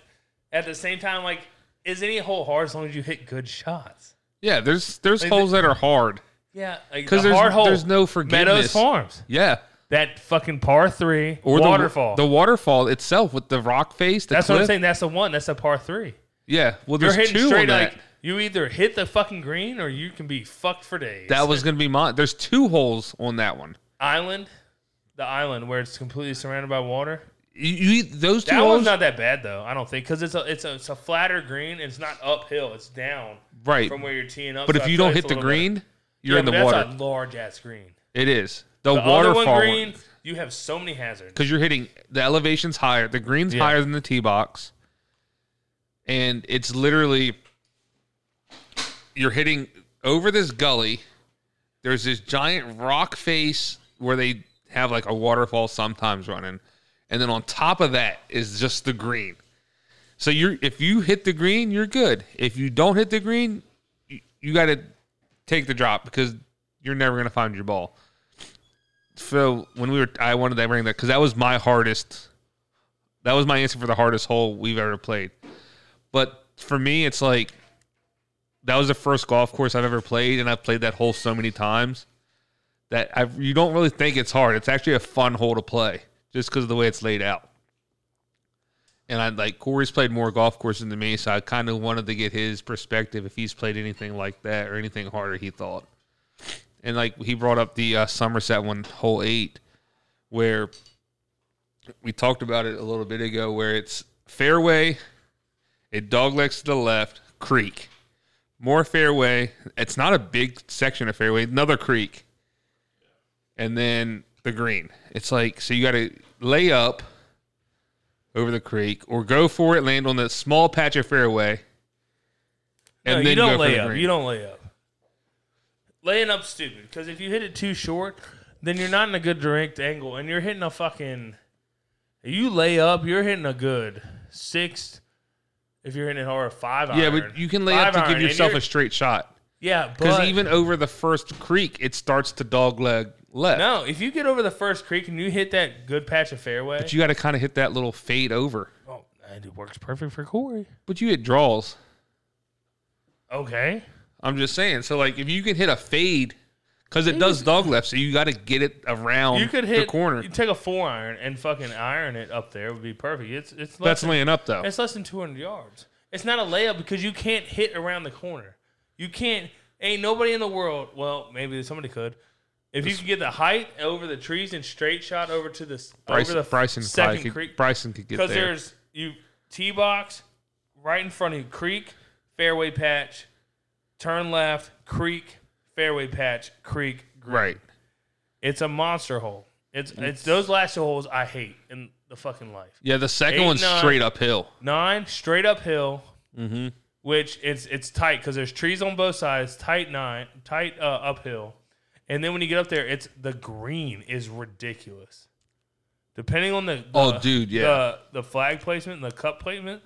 at the same time, like, is any hole hard as long as you hit good shots?
Yeah, there's there's
Like the-
holes that are hard.
Yeah, like
'Cause
the
there's-
hard hole,
there's no
Meadows
forgiveness.
Farms,
Yeah,
that fucking par three waterfall.
The, the waterfall itself with the rock face. The
that's
cliff.
what I'm saying. That's the one. That's a par three.
Yeah, well,
You're
there's
hitting
two on
straight
that.
like you either hit the fucking green or you can be fucked for days.
that was gonna be mine. There's two holes on that one.
island, the island where it's completely surrounded by water.
You, you those two
That
holes,
one's not that bad though. I don't think because it's a it's a it's a flatter green. It's not uphill. It's down
right?
from where you're teeing up.
But
so
if
I
you
feel
don't
it's
hit
a
the
little better.
green, you're
Yeah,
in the
but
water.
That's a large ass green.
It is. The,
The other one
waterfall
green. You have so many hazards.
because you're hitting the elevation's higher. The green's
Yeah.
higher than the tee box, and it's literally you're hitting over this gully. There's this giant rock face where they have like a waterfall sometimes running, and then on top of that is just the green. So you're if you hit the green, you're good. If you don't hit the green, you, you got to take the drop because you're never gonna find your ball. So when we were, I wanted to bring that because that was my hardest. That was my answer for the hardest hole we've ever played. But for me, it's like that was the first golf course I've ever played, and I've played that hole so many times that I you don't really think it's hard. It's actually a fun hole to play just because of the way it's laid out. And I like Corey's played more golf courses than me, so I kind of wanted to get his perspective if he's played anything like that or anything harder. He thought and like he brought up the uh, Somerset one, hole eight, where we talked about it a little bit ago, where it's fairway, it doglegs to the left, creek, more fairway. It's not a big section of fairway, another creek, and then the green. It's like so you got to lay up over the creek or go for it, land on the small patch of fairway.
No, you
go
don't
for
lay
the
up.
green.
You don't lay up. Laying up stupid because if you hit it too short, then you're not in a good direct angle, and you're hitting a fucking. You lay up, you're hitting a good six. If you're hitting it hard, five
Yeah,
iron.
but you can lay
Five
up to
iron,
give
and
yourself
you're-
a straight shot.
yeah,
Because
but
even over the first creek, it starts to dogleg left.
no, if you get over the first creek and you hit that good patch of fairway,
But you got to kind of hit that little fade over.
oh, and it works perfect for Corey.
But you hit draws.
Okay,
I'm just saying. So, like, if you can hit a fade, because it does dog left, so you got to get it around
you could hit
Um, the corner.
You take a four iron and fucking iron it up there would be perfect. It's it's less
That's
than-
laying up, though.
It's less than 200 yards. It's not a layup because you can't hit around the corner. You can't. Ain't nobody in the world. Well, maybe somebody could. If you could get the height over the trees and straight shot over to the s-
Bryson,
over the
Bryson, probably
second
could,
creek
Bryson could get
because
there.
there's you tee box right in front of you creek fairway patch turn left creek fairway patch creek green.
Right.
It's a monster hole. It's it's those last two holes I hate in the fucking life
Yeah, the second
Eight,
one's
nine.
straight uphill.
nine straight uphill,
Mm-hmm.
which it's it's tight because there's trees on both sides. Tight nine, tight uh, uphill, and then when you get up there, it's the green is ridiculous. Depending on the, the-
Oh, dude, yeah.
the, the flag placement and the cup placement,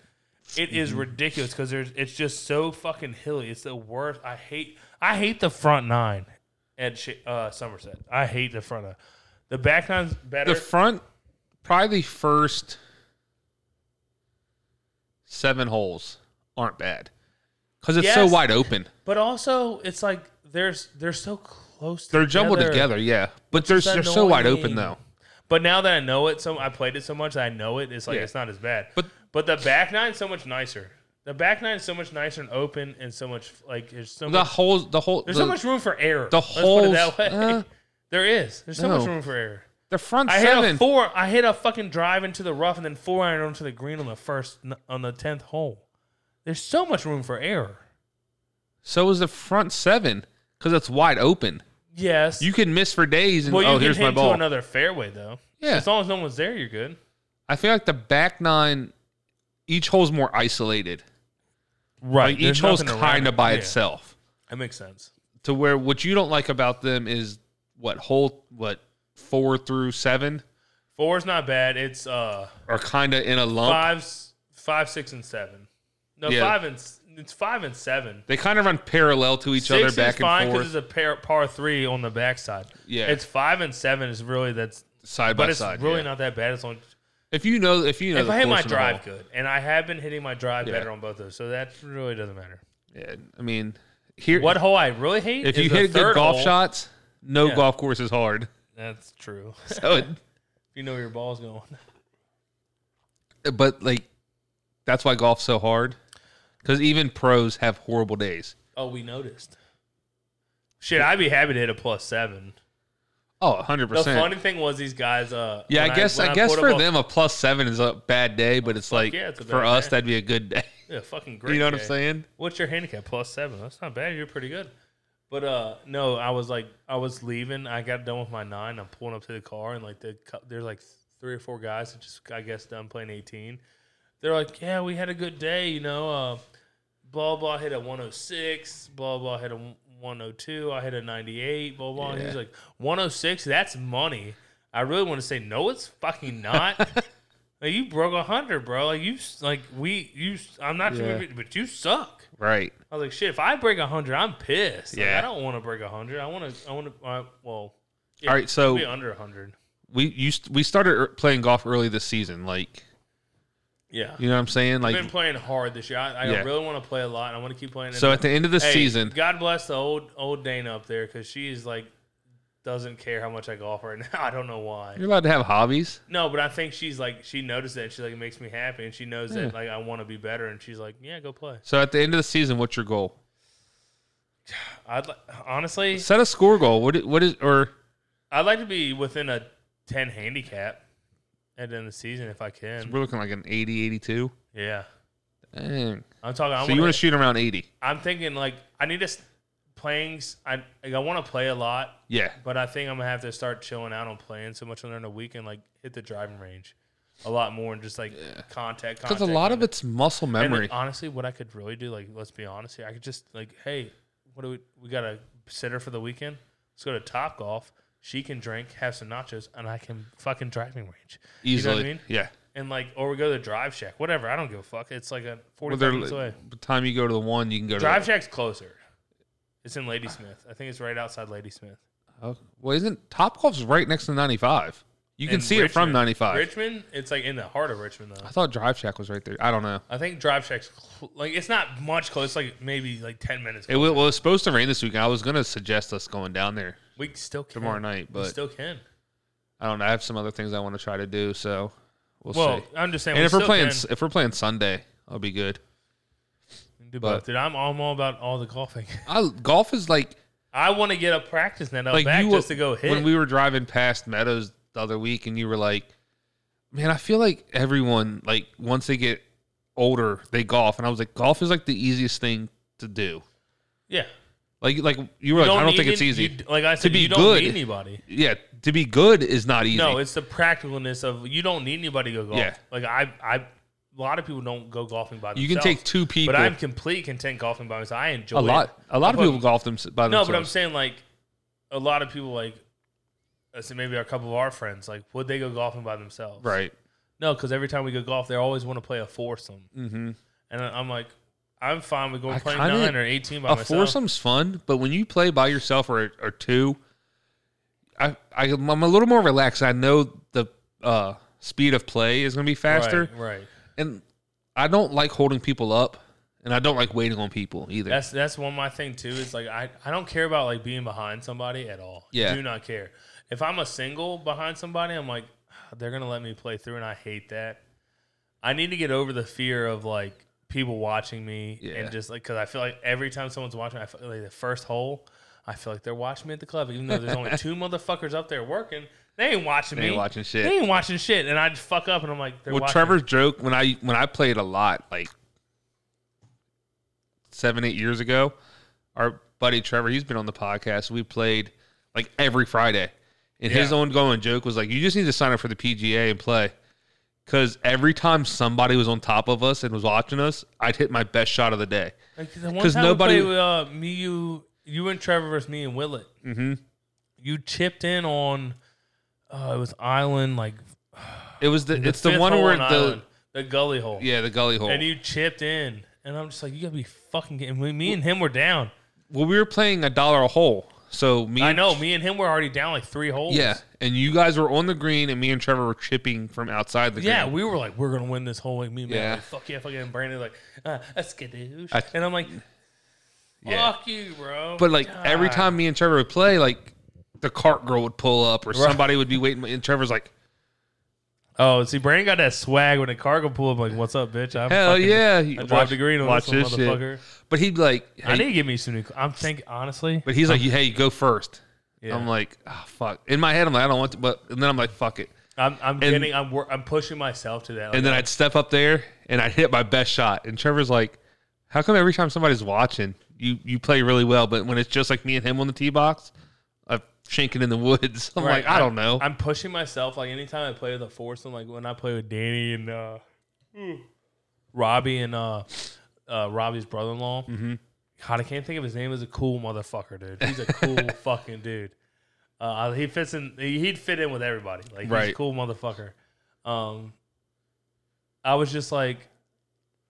it is
Mm-hmm.
ridiculous because there's it's just so fucking hilly. It's the worst. I hate I hate the front nine at Sh- uh, Somerset. I hate the front nine. The back nine's better.
The front, probably the first seven holes aren't bad because it's so
Yes.
wide open.
But also, it's like there's they're so close.
They're jumbled together, yeah. But they're,
is
they're so wide open,
annoying.
though.
But now that I know it, so I played it so much, I know it. It's like
Yeah.
it's not as bad.
But-
but the back nine's so much nicer. The back nine's so much nicer and open, and so much like there's so
The
much,
whole, the whole, the,
there's so much room for error.
the
Let's put it that way.
holes- uh,
there is. There's so much
no.
room for error.
the front
I hit a
seven.
four. I hit a fucking drive into the rough, and then four iron onto the green on the first on the tenth hole. There's so much room for error.
So is the front seven because it's wide open.
Yes.
You can miss for days, and
well, you
oh,
can
here's
hit
my ball.
to another fairway though.
yeah,
As long as no one's there, you're good.
I feel like the back nine, each hole's more isolated.
Right.
Like each hole's kind of by itself.
That makes sense.
To where what you don't like about them is what hole, what four through seven
Four's not bad. It's uh
are kind of in a lump.
five's five, six, and seven. No,
Yeah.
five and s- it's five and seven.
They kind of run parallel to each
Six
other back
is fine
and
because
forth,
it's a par, par three on the backside.
Yeah.
it's five and seven is really that's,
side
but
by
it's
side.
really
yeah.
not that bad. It's on.
If you know, if you know,
If
the
I hit
course
my
and the
drive
hole.
good, and I have been hitting my drive
Yeah.
better on both those, so that really doesn't matter.
Yeah, I mean, here
What hole I really hate?
if
is
you
the
hit good
third
golf
hole.
shots, no
Yeah.
golf course is hard.
that's true.
So,
you know where your ball's going.
it, but like, that's why golf's so hard. Because even pros have horrible days.
Oh, we noticed. Shit, I'd be happy to hit a plus seven.
Oh, 100
The
percent.
funny thing was these guys. Uh,
Yeah,
when
I guess
when
I, guess
pulled
for
up-
them a plus seven is a bad day, but it's like
yeah, it's a
for
bad
us
day.
that'd be a good day.
yeah, fucking great.
you know what I'm
day.
saying?
What's your handicap? Plus seven. That's not bad. You're pretty good. But uh, no, I was like, I was leaving. I got done with my nine. I'm pulling up to the car, and like the cou- there's like three or four guys that just I guess done playing 18. They're like, yeah, we had a good day, you know. Uh, blah blah hit a 106. Blah blah hit a 102. I hit a 98. Blah blah. And he's
Yeah.
like, 106. That's money. I really want to say no, it's fucking not. like, you broke a hundred, bro. Like you, s- like we, you. s- I'm not
Yeah.
sure, but you suck.
Right.
I was like, shit, if I break 100, I'm pissed. Like,
Yeah.
I don't want to break 100. I want to, I want to, I, well, yeah,
All right. So
be under 100.
we used we started er- playing golf early this season. Like
Yeah.
you know what I'm saying.
I've
Like
been playing hard this year. I, I
Yeah.
really want to play a lot. And I want to keep playing.
so at the end of this
Hey,
season,
God bless the old, old Dana up there because she's like, doesn't care how much I golf right now. I don't know why.
you're allowed to have hobbies.
No, but I think she's like, she noticed that. and She's like, it makes me happy. And she knows
Yeah.
that, like, I want to be better. And she's like, yeah, go play.
So at the end of the season, what's your goal?
I'd li- honestly,
Set a score goal. What i- what is or
I'd like to be within a 10 handicap at the end of the season if I can.
we're looking like an 80, 82.
Yeah.
Dang.
I'm talking. I
so you
wanna,
want to shoot around 80?
I'm thinking like I need to s- playing. s- I like, I want to play a lot,
Yeah.
but I think I'm gonna have to start chilling out on playing so much on the weekend. Like hit the driving range a lot more and just like contact.
Because a lot of
it's
it's muscle memory.
honestly, what I could really do, like let's be honest here, I could just like, hey, what do we? We got a sitter for the weekend. Let's go to Top Golf. She can drink, have some nachos, and I can fucking driving range.
Easily.
You know what I mean?
Yeah.
And like, or we go to the Drive Shack, whatever. I don't give a fuck. It's like a
Well,
45
they're-
minutes away.
by the time you go to the one, you can go to
Drive
the,
Shack's closer. It's in Ladysmith. I think it's right outside Ladysmith.
Oh, well, isn't Topgolf's right next to 95? You can
And
see it from
Richmond-
95.
Richmond, it's like in the heart of Richmond though.
I thought Drive Shack was right there. I don't know.
I think Drive Shack's cl- like it's not much close. It's like maybe like ten minutes.
It was, well, it was supposed to rain this weekend. I was going to suggest us going down there
we still can.
tomorrow night,
we
but
still can.
I don't know. I have some other things I want to try to do, so we'll,
Well,
see.
I'm just saying.
And
we
if we're
still
playing,
can
if we're playing Sunday, I'll be good.
do
but-
both, dude, I'm, I'm all about all the golfing.
I golf is like
I want to get a practice net out
like
back
you
just to go hit.
when we were driving past Meadows the other week, and you were like, "Man, I feel like everyone like once they get older, they golf." And I was like, "Golf is like the easiest thing to do."
yeah,
Like, like you were like, "I don't
need
think it's
any-
easy."
you d- like I said,
be
you don't
good,
need anybody.
yeah, to be good is not easy.
No, it's the practicalness of you don't need anybody to go golf.
Yeah.
Like I, I, a lot of people don't go golfing by
you
themselves.
can take two people.
But I'm complete content golfing by myself. I enjoy
a lot.
It.
A lot of
But-
people golf them by
No,
themselves.
but I'm saying like a lot of people like. I said maybe a couple of our friends like would they go golfing by themselves?
right.
No, because every time we go golf, they always want to play a foursome,
Mm-hmm.
and I- I'm like, I'm fine with going
I
playing
kinda-
nine or eighteen by
a
myself.
foursome's fun, but when you play by yourself or or two, I, I I'm a little more relaxed. I know the uh, speed of play is going to be faster,
right, right?
and I don't like holding people up, and I don't like waiting on people either.
That's that's one of my thing too. Is like I, I don't care about like being behind somebody at all.
Yeah.
do not care. If I'm a single behind somebody, I'm like "Ah, they're gonna let me play through, and I hate that. I need to get over the fear of like people watching me
Yeah.
and just like because I feel like every time someone's watching, I feel like the first hole, I feel like they're watching me at the club, even though there's only two motherfuckers up there working. They ain't watching
They
me.
ain't watching shit.
They ain't watching shit, and I just fuck up, and I'm like, they're
well,
watching
Trevor's joke when I when I played a lot, like seven eight years ago, our buddy Trevor, he's been on the podcast. We played like every Friday, and his
Yeah.
ongoing joke was like, "You just need to sign up for the PGA and play." Because every time somebody was on top of us and was watching us, I'd hit my best shot of the day.
Like the one
'Cause
time
nobody-
we played, uh, me, you, you and Trevor versus me and Willett. Mm-hmm. You chipped in on uh, it was Island, like
It was the, it's the
fifth
one
hole
where
on
the
Island, the gully hole.
yeah the gully hole.
and you chipped in, and I'm just like, you gotta be fucking. Getting, me me and him were down.
well, we were playing a dollar a hole, so me
I
and
know. Me and him were already down like three holes.
Yeah, and you guys were on the green, and me and Trevor were chipping from outside the
Yeah,
green.
we were like, we're gonna win this whole like me, man.
Yeah.
Like, fuck yeah, fucking Brandon. Like, uh, that's good, dude.
I-
And I'm like, fuck
Yeah.
you, bro.
But like every
God.
time me and Trevor would play, like the cart girl would pull up, or somebody would be waiting, and Trevor's like,
oh, see, Brandon got that swag when the cargo pulled up. Like, what's up, bitch? I'm
"Hell
fucking-
yeah,
I
you-
dropped the green on
watch
this, one,
this shit."
motherfucker.
But he'd be like,
I
"Hey,"
need to give me some new. cl- I'm thinking honestly.
but he's like, "Hey, go first.
Yeah.
I'm like, oh, "Fuck!" In my head, I'm like, "I don't want to," but and then I'm like, "Fuck it,"
I'm, I'm getting. I'm. wor- I'm pushing myself to that.
and then I'd step up there and I'd hit my best shot, and Trevor's like, How come every time somebody's watching, you you play really well, but when it's just like me and him on the tee box, I'm shanking in the woods. I'm like, I don't know.
I'm pushing myself. Like anytime I play with a foursome, like when I play with Danny and uh, Robbie and uh, uh, Robbie's brother-in-law. God, I can't think of his name. Is a cool motherfucker, dude. He's a cool fucking dude. Uh, he fits in. He'd fit in with everybody. Like he's a
Right.
cool motherfucker. Um, I was just like,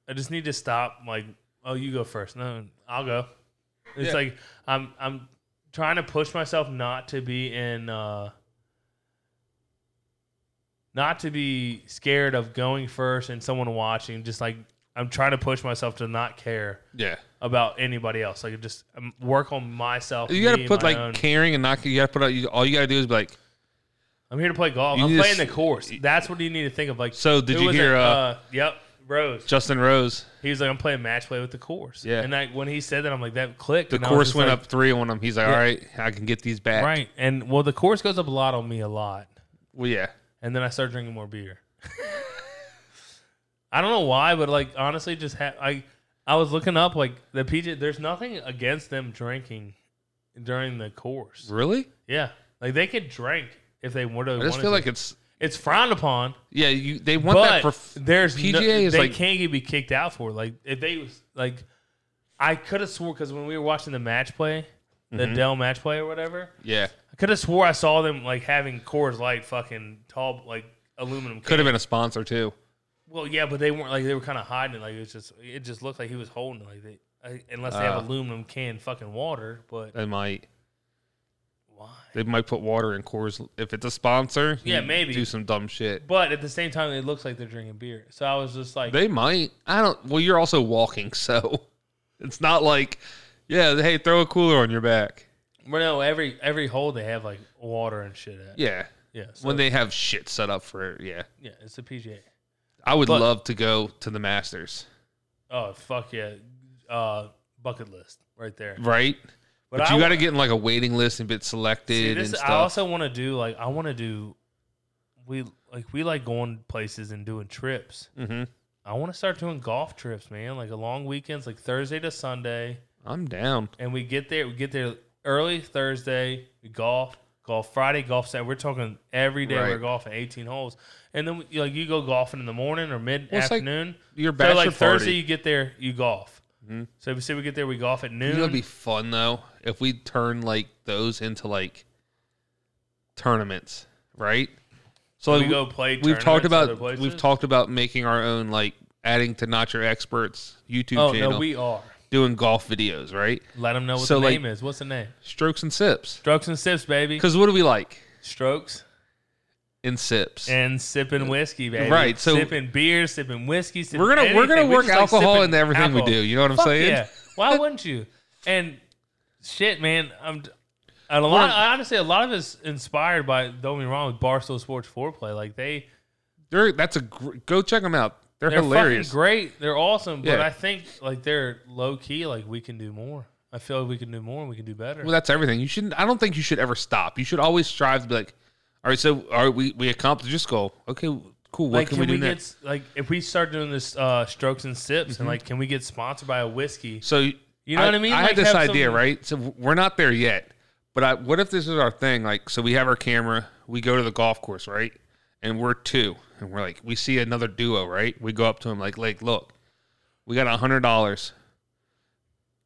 I just need to stop. Like, oh, you go first. No, I'll go. It's
Yeah.
like I'm I'm trying to push myself not to be in uh not to be scared of going first and someone watching just like I'm trying to push myself to not care
yeah.
about anybody else like just um, work on myself
You got
me,
to put
my
like
own.
caring and not. You got to put out. You, all you got to do is be like.
I'm here to play golf
You
I'm
need to
playing the
s-
course that's what you need to think of like
So did
who
you
was
hear,
it?
uh,
yep Rose
Justin Rose?
he was like I'm playing match play with the course
Yeah.
and like when he said that I'm like that clicked
The
and I was
course
just
went
like,
up three on him. He's like,
Yeah.
all right, I can get these back.
right and well the course goes up a lot on me a lot
Well, yeah.
and then I started drinking more beer. I don't know why, but like honestly, just ha- I I was looking up like the PJ. There's nothing against them drinking during the course.
Really?
Yeah, like they could drink if they would have.
I just feel like it's.
it's frowned upon,
Yeah, you. They want
but
that for.
there's PGA no,
PGA is
they
like-
can't get- be kicked out for it. like if they was like. I could have swore because when we were watching the match play, the
Mm-hmm.
Dell match play or whatever,
Yeah,
I could have swore I saw them like having Coors Light fucking tall like aluminum.
could
cans.
have been a sponsor too.
Well, yeah, but they weren't like they were kind of hiding it. Like it was just it just looked like he was holding it. Like they, I- unless they have
Ah.
aluminum can fucking water, but
They might.
why?
They might put water in Coors if it's a sponsor.
Yeah,
you
maybe.
do some dumb shit.
But at the same time, it looks like they're drinking beer. So I was just like,
They might. I don't. Well, you're also walking, so it's not like, yeah, hey, throw a cooler on your back.
well, no, every every hole they have like water and shit at.
Yeah,
yeah. So,
when they have shit set up for yeah,
yeah, it's the PGA.
I would
But-
love to go to the Masters,
Oh fuck yeah, uh, bucket list right there.
right?
I
But, you
wa-
got to get in like a waiting list and get selected
See, this,
and stuff.
I also want to do like I want to do. We like we like going places and doing trips.
hmm
I want to start doing golf trips, man. Like a long weekends, like Thursday to Sunday,
I'm down.
and we get there. We get there early Thursday. We golf, golf Friday, golf Saturday. We're talking every day. We're
Right.
golfing eighteen holes, and then we, like you go golfing in the morning or mid
Well, it's like
afternoon.
Your
so
bachelor
like
party. Mm-hmm.
Thursday, you get there, you golf. So if we say we get there, we golf at
You
noon.
know, it'd be fun though if we turn like those into like tournaments, right? So
we
like,
go play.
we've talked
tournaments other
about
places.
we've talked about making our own like adding to Not Your Experts YouTube
Oh
channel,
no, we are.
doing golf videos, right?
Let them know what
So,
the
like-
name is. What's the name?
Strokes and sips.
Strokes and sips, baby.
Because what do we like
Strokes
in sips?
and sipping whiskey, baby.
Right, so-
sipping beer, sipping whiskey. Sipping
we're gonna we're
anything.
gonna
We
work
just like
alcohol
sipping
into everything
alcohol.
we do. You know what I'm
Fuck
saying?
Yeah. Why wouldn't you? And shit, man, I'm. And a lot, honestly, a lot of it's inspired by. Don't get me wrong with Barstool Sports foreplay. Like they,
They're, that's a gr- go check them out. They're,
they're
hilarious.
fucking great. They're awesome. But
Yeah.
I think like they're low key. Like we can do more. I feel like we can do more. and We can do better.
Well, that's everything. You shouldn't. I don't think you should ever stop. You should always strive to be like, all right, so all right, we we accomplished this goal. Okay, cool. What
like,
can, we do
get
next? Mm-hmm.
s- like if we start doing this uh, strokes and sips, and like, can we get sponsored by a whiskey?
So
You know what I mean?
I
Like,
had this
have
idea,
some-
right? So we're not there yet, but I, what if this is our thing? Like, so we have our camera, we go to the golf course, right? And we're two, and we're like, we see another duo, right? We go up to him, like, like, look, we got a hundred dollars.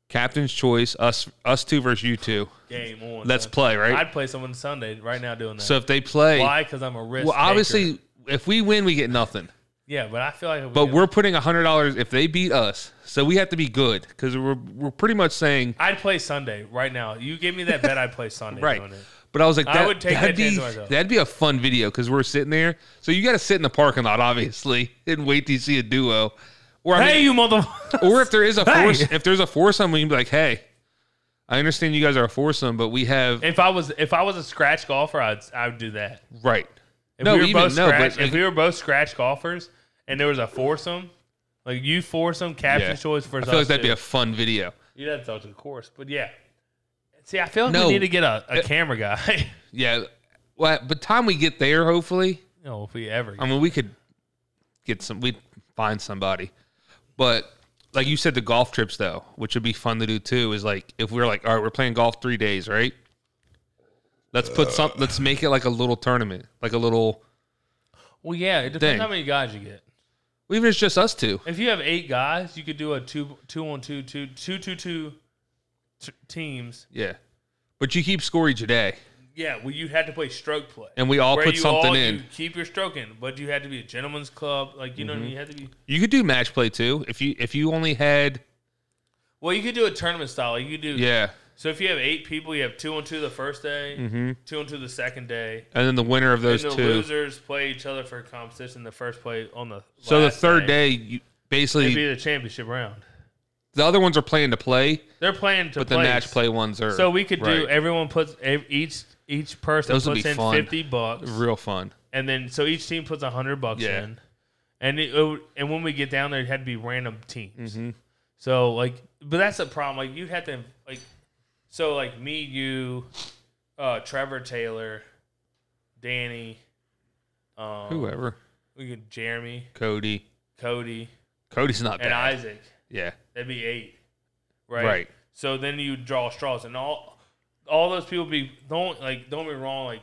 Captain's choice, us, us two versus you two.
Game on.
Let's
son.
play, right?
I'd play someone Sunday right now doing that.
So if they play,
Why? Because I'm a risk.
well,
taker.
obviously, if we win, we get nothing.
yeah, but I feel like. if we
But
get-
we're putting a hundred dollars if they beat us, so we have to be good because we're we're pretty much saying
I'd play Sunday right now. You give me that bet, I'd play Sunday.
Right.
Doing it.
But I was like,
I
that,
would take
that'd
that chance
be
myself.
that'd be a fun video because we're sitting there. So you got to sit in the parking lot, obviously, and wait till you see a duo. Or I
Hey,
mean,
you mother.
or if there is a
Hey!
force, if there's a foursome, we can be like, hey, I understand you guys are a foursome, but we have
if I was if I was a scratch golfer, I'd I would do that.
right.
If
no,
we were
even
both
no,
scratch,
but
if we were both scratch golfers and there was a foursome, like you foursome, captain
Yeah.
choice
I
versus.
feel like
us
that'd be
two.
a fun video.
You'd have to talk to the course, but yeah. See, I feel like
No. Uh,
we need to get a, a camera guy.
Yeah. Well, by the time we get there, hopefully,
you
Um,
know, if we ever.
I mean, we could get some. We'd find somebody, but like you said, the golf trips though, which would be fun to do too, is like if we're like, all right, we're playing golf three days, right? Let's put some. Let's make it like a little tournament, like a little.
Well, yeah, it depends
Dang.
how many guys you get.
well, Even if it's just us two.
If you have eight guys, you could do a two two on two two two two two t- teams.
Yeah, but you keep score each day,
Yeah, well, you had to play stroke play.
and we all
Where
put
you
something
all-
in.
You keep your stroke in, but you had to be a gentleman's club. Like you know, what I
Mm-hmm.
mean? you had to be.
You could do match play too. If you if you only had
Well, you could do a tournament style. You could do.
yeah,
So if you have eight people, you have two on two the first day,
mm-hmm.
two on two the second day,
and then the winner of those
and the
two.
losers play each other for competition. The first play on the
so the
last
third day, you basically
it'd be the championship round.
the other ones are playing to play,
They're playing to
but the
place.
match play ones are
So we could do
right.
everyone puts ev- each each person
Those would
puts
be
in
fun.
fifty bucks,
real fun.
and then so each team puts hundred bucks
Yeah.
in, and it, it, would- and when we get down there, it had to be random teams.
Mm-hmm.
So like, but that's the problem. Like you had to like, so like me, you, uh, Trevor Taylor, Danny, um,
Whoever,
we could Jeremy,
Cody,
Cody,
Cody's not
and
bad.
Isaac.
yeah,
That'd be eight,
right.
right? So then you draw straws, and all all those people be don't like don't be wrong. Like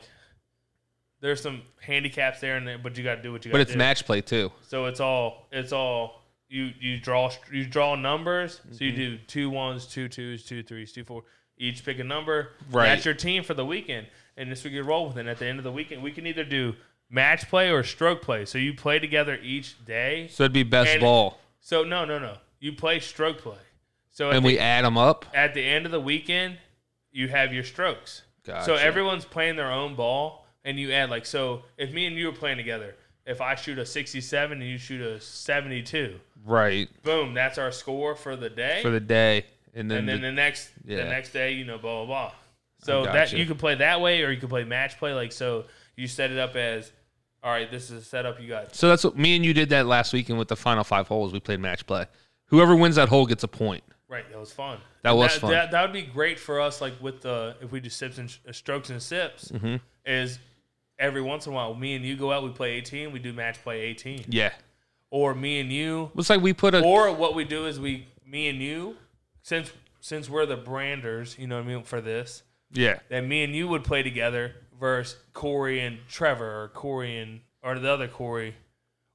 there's some handicaps there, and there, but you got to do what you got.
But it's
do.
match play too.
So it's all it's all you you draw you draw numbers. So
Mm-hmm.
you do two ones, two twos, two threes, two four. Each pick a number.
Right.
That's your team for the weekend, and this we can roll with. it. And at the end of the weekend, we can either do match play or stroke play. So you play together each day.
So it'd be best
And-
ball,
So no, no, no. You play stroke play. So at
and
the
we add them up.
at the end of the weekend, you have your strokes. So
Gotcha.
everyone's playing their own ball, and you add like so. If me and you were playing together, if I shoot a sixty-seven and you shoot a seventy-two,
Right
boom, that's our score for the day.
for the day, and then,
and then
the-
the next the
yeah.
next day, you know, blah blah blah. So that
gotcha.
you can play that way, or you can play match play. Like so, you set it up as, all right, this is a setup. You got
so that's what me and you did that last weekend with the final five holes. We played match play. Whoever wins that hole gets a point.
Right, that was fun.
That was
that,
fun.
That, that would be great for us, like with the if we do sips and sh- uh, strokes and sips,
Mm-hmm.
is every once in a while, me and you go out, we play eighteen, we do match play eighteen,
Yeah,
or me and you,
it's like we put a
or what we do is we me and you, since since we're the branders, you know what I mean for this,
yeah.
that me and you would play together versus Corey and Trevor or Corey and or the other Corey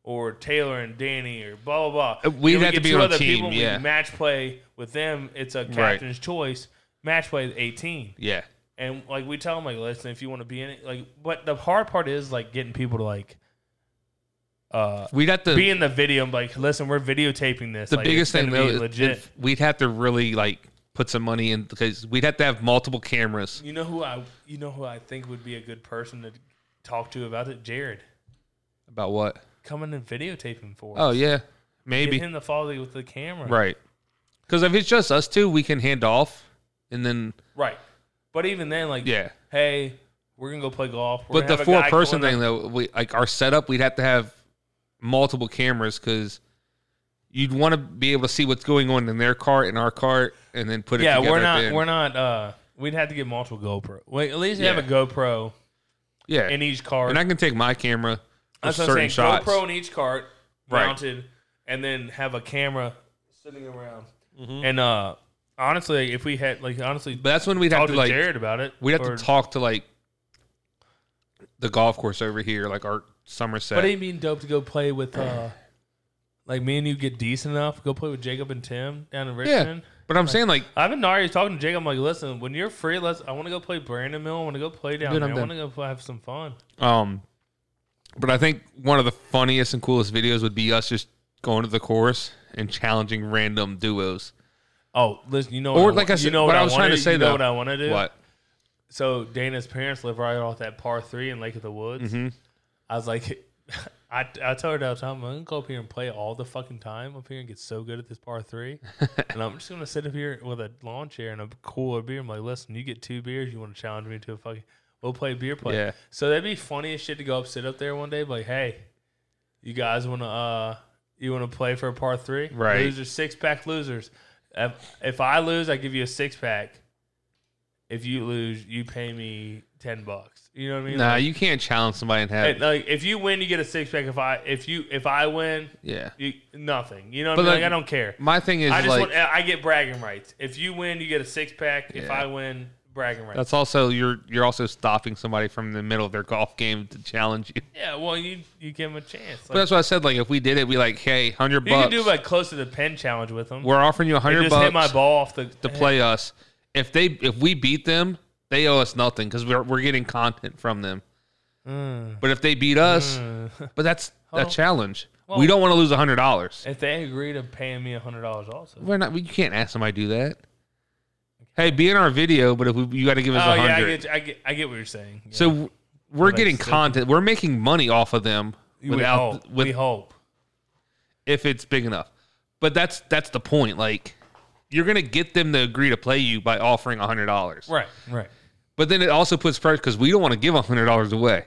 or Taylor and Danny or blah blah
Uh,
blah.
we'd
Then
have to
get
be
two
on a
other
team,
people, we
yeah.
match play with them. It's a captain's choice. Match play is eighteen,
Yeah.
and like we tell them, like listen, if you want to be in it, like. But the hard part is like getting people to like. Uh,
We'd have to.
be in the video. Like, listen, we're videotaping this.
the
Like,
biggest
it's
thing
gonna
though,
be
is
legit.
if we'd have to really like put some money in because we'd have to have multiple cameras.
You know who I you know who I think would be a good person to talk to about it? Jared.
About what?
Come in and videotape him for us.
Oh yeah,
Get
maybe
him to follow you with the camera.
right. Because if it's just us two, we can hand off, and then
Right. But even then, like
yeah.
hey, we're gonna go play golf. We're
But
gonna
the
have a guy
four person
going
thing though, we like our setup, we'd have to have multiple cameras because you'd want to be able to see what's going on in their cart and our cart, and then put
up-
it.
Yeah,
together
we're
at
not
the end.
we're not uh we'd have to get multiple GoPro. Wait, at least you
Yeah.
have a GoPro
Yeah,
in
and,
each cart.
I can take my camera for
That's what
certain
I'm saying.
shots.
GoPro in each cart,
Right.
mounted, and then have a camera sitting around. And uh honestly, if we had like honestly
Mm-hmm. but that's when we'd
talk
have
to
to like
Jared about it.
we'd have
or-
to talk to like the golf course over here, like our Somerset.
But it'd be dope to go play with, uh, like me and you get decent enough. Go play with Jacob and Tim down in
yeah,
Richmond.
but I'm saying like
I've been already talking to Jacob. I'm like, listen, when you're free, let's. I want to go play Brandon Mill. I want to go play down
Dude,
there.
I'm
I
done.
want to go play, have some fun.
Um, but I think one of the funniest and coolest videos would be us just going to the course and challenging random duos.
Oh, listen, you know,
Or
what
like I
wa-
said-
you know
what I
I
was
wanna
trying to
do?
say,
you know
though.
what I want to do.
What?
So Dana's parents live right off that par three in Lake of the Woods.
Mm-hmm.
I was like, I, I told her that time I'm gonna go up here and play all the fucking time up here and get so good at this par three, and I'm just gonna sit up here with a lawn chair and a cooler beer. I'm like, listen, you get two beers, you want to challenge me to a fucking, we'll play beer play.
Yeah.
So that'd be funny as shit to go up, sit up there one day, be like, hey, you guys wanna uh, you wanna play for a par three?
Right.
Losers six pack losers. If, if I lose, I give you a six pack If you lose, you pay me ten bucks. You know what I mean?
Nah,
Like,
you can't challenge somebody and have.
hey, like if you win, you get a six pack. If I if you if I win,
yeah.
you, nothing. You know what
But
I mean?
like-
Like, I don't care.
My thing is
I just
like
want I get bragging rights. If you win, you get a six pack. If
Yeah.
I win, bragging rights.
that's also you're you're also stopping somebody from the middle of their golf game to challenge you.
yeah, well, you you give them a chance.
But
Like,
that's what I said. Like if we did it, we like hey, hundred
you can
bucks.
do like close to the pin challenge with them.
We're offering you
They
hundred
just
bucks.
hit my ball off the
to play us. If they if we beat them, they owe us nothing because we're we're getting content from them.
Mm.
But if they beat us, but that's a challenge. we don't want to lose hundred dollars.
If they agree to paying me hundred dollars, also.
We're not. You can't ask somebody to do that. Hey, be in our video, but if we, you got to give
Oh
us a hundred,
yeah, I get, I get, I get what you're saying. Yeah.
so w- we're
That's
getting
stupid.
content. We're making money off of them
we
without
hope,
with
we hope.
if it's big enough. But that's that's the point. Like you're gonna get them to agree to play you by offering hundred dollars.
right, right.
But then it also puts pressure because we don't want to give hundred dollars away.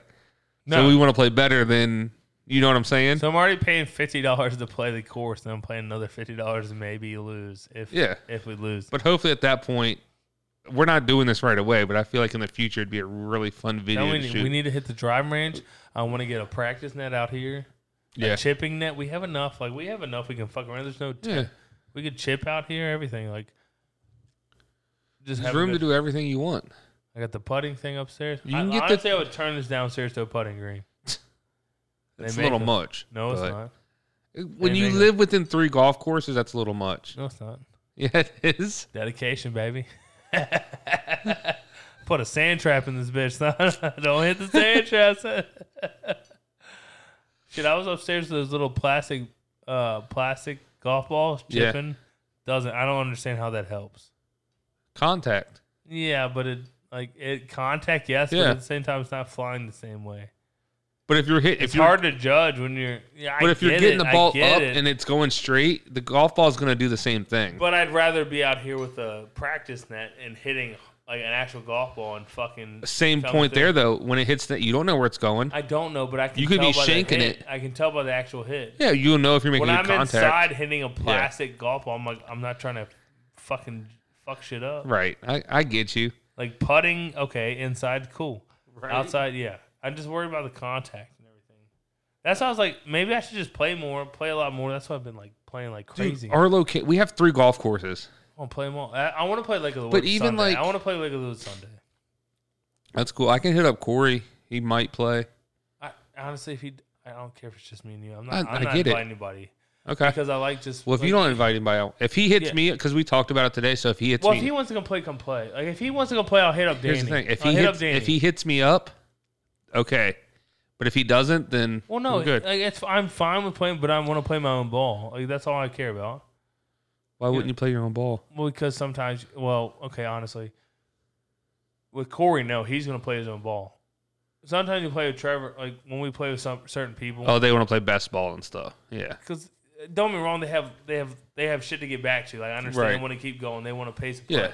No,
So we want to play better than you know what I'm saying?
So I'm already paying fifty dollars to play the course, and I'm paying another fifty dollars, and maybe you lose if
Yeah.
if we lose.
but hopefully at that point, we're not doing this right away. But I feel like in the future it'd be a really fun video.
Then we
to
need,
shoot.
we need to hit the driving range. I want to get a practice net out here,
yeah,
a chipping net. We have enough. Like we have enough. We can fuck around. There's no. T-
yeah.
We could chip out here. Everything like. Just
There's
have
room to
do.
do everything you want.
I got the putting thing upstairs.
You
I,
can get the-
honestly, I would turn this downstairs to a putting green. They
It's a
make
little
them.
much.
No, it's
but-
not.
When
They
you
make
live within three golf courses, that's a little much.
No, it's not.
Yeah, it is.
Dedication, baby. Put a sand trap in this bitch. Don't hit the sand trap. son. Shit, I was upstairs with those little plastic, uh, plastic golf balls
Yeah.
chipping. Doesn't I don't understand how that helps.
Contact.
Yeah, but it like it contact yes, but
Yeah.
at the same time it's not flying the same way.
But if you're hit,
It's
if you're,
hard to judge when you're. Yeah, I
but if you're
get
getting
it,
the
I
ball up
get it.
and it's going straight, the golf ball is going to do the same thing.
But I'd rather be out here with a practice net and hitting like an actual golf ball and fucking
same
coming
point
through.
there though. When it hits that, you don't know where it's going.
I don't know, but I can.
You could
tell
be
by the
shanking
hit.
it.
I can tell by the actual hit.
yeah, you'll know if you're making
when
good
I'm
contact.
inside hitting a plastic golf ball, I'm like, I'm not trying to fucking fuck shit up.
Right. I, I get you.
Like putting, okay, inside, cool. Outside, yeah. I'm just worried about the contact and everything. That's why I was like, maybe I should just play more, play a lot more. That's why I've been like playing like crazy.
Our loca- we have three golf courses.
I want to play them all. I, I want to play Lake of the Woods.
But even,
Sunday.
like-
I want to play Lake of the Woods Sunday.
That's cool. I can hit up Corey. He might play.
I honestly, if he, I don't care if it's just me and you. I'm not.
I-
I, am
I
not
get it.
inviting anybody
Okay.
because I like just.
Well, if
like-
you don't invite anybody, out, if he hits
Yeah.
me, because we talked about it today, so if he hits
well,
me,
if he wants to come play, come play. Like if he wants to come play, I'll hit up Danny.
here's the thing: if
I'll
he
hit
hits,
up Danny.
if he hits me up, okay. But if he doesn't, then
well, no, uh,
we're good.
Like, it's I'm fine with playing, but I want to play my own ball. Like that's all I care about.
Why wouldn't you play your own ball?
Well, because sometimes, well, okay, honestly, with Corey, no, he's gonna play his own ball. Sometimes you play with Trevor, like when we play with some certain people.
Oh, they want to play best ball and stuff. Yeah.
because don't be wrong, they have they have they have shit to get back to. Like I understand
Right.
they want to keep going, they want to pace of play.
Yeah.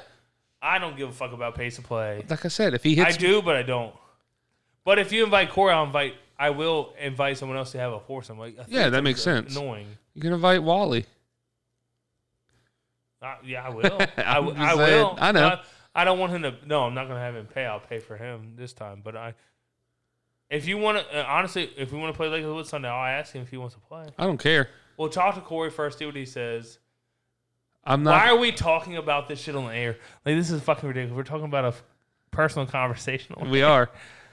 I don't give a fuck about pace of play.
Like I said, if he
I
hits,
do, but I don't. But if you invite Corey, I'll invite. I will invite someone else to have a foursome. Like I think
Yeah, that
that's
makes sense.
Annoying.
you can invite Wally.
I, yeah, I will. I,
I'm
w-
just
I
saying.
will.
I know.
I, I don't want him to. No, I'm not gonna have him pay. I'll pay for him this time. But I, if you want to, uh, honestly, if we want to play Lake of the Woods Sunday, I'll ask him if he wants to play.
I don't care.
We'll talk to Corey first, see what he says.
I'm
Why
not.
are we talking about this shit on the air? Like this is fucking ridiculous. We're talking about a f- personal conversational.
we are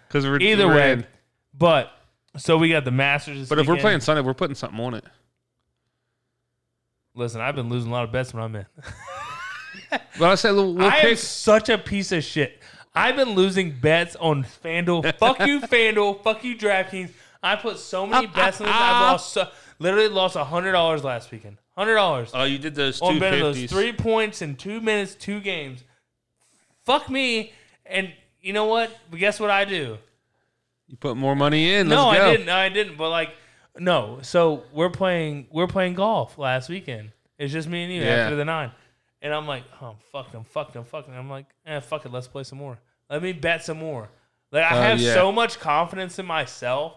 because we're
Either
we're
way,
in.
but so we got the Masters. This
But if we're
weekend.
playing Sunday, we're putting something on it.
listen, I've been losing a lot of bets when I'm in.
But I said we'll, we'll
I am
pick.
such a piece of shit. I've been losing bets on FanDuel. fuck you, FanDuel. Fuck you, DraftKings. I put so many
Ah,
bets on this. I've lost so, literally lost hundred dollars last weekend. Hundred dollars
Oh, you did those two
on betting those
fifties.
three points in two minutes, two games. Fuck me. And you know what? But guess what I do?
You put more money in.
no,
Let's go.
I didn't. No, I didn't. But like, no. So we're playing. We're playing golf last weekend. It's just me and you
Yeah.
after the nine. And I'm like, oh, I'm fucked. I'm fucked. I'm fucked. And I'm like, eh, fuck it. Let's play some more. Let me bet some more. Like I
Oh,
have
yeah.
so much confidence in myself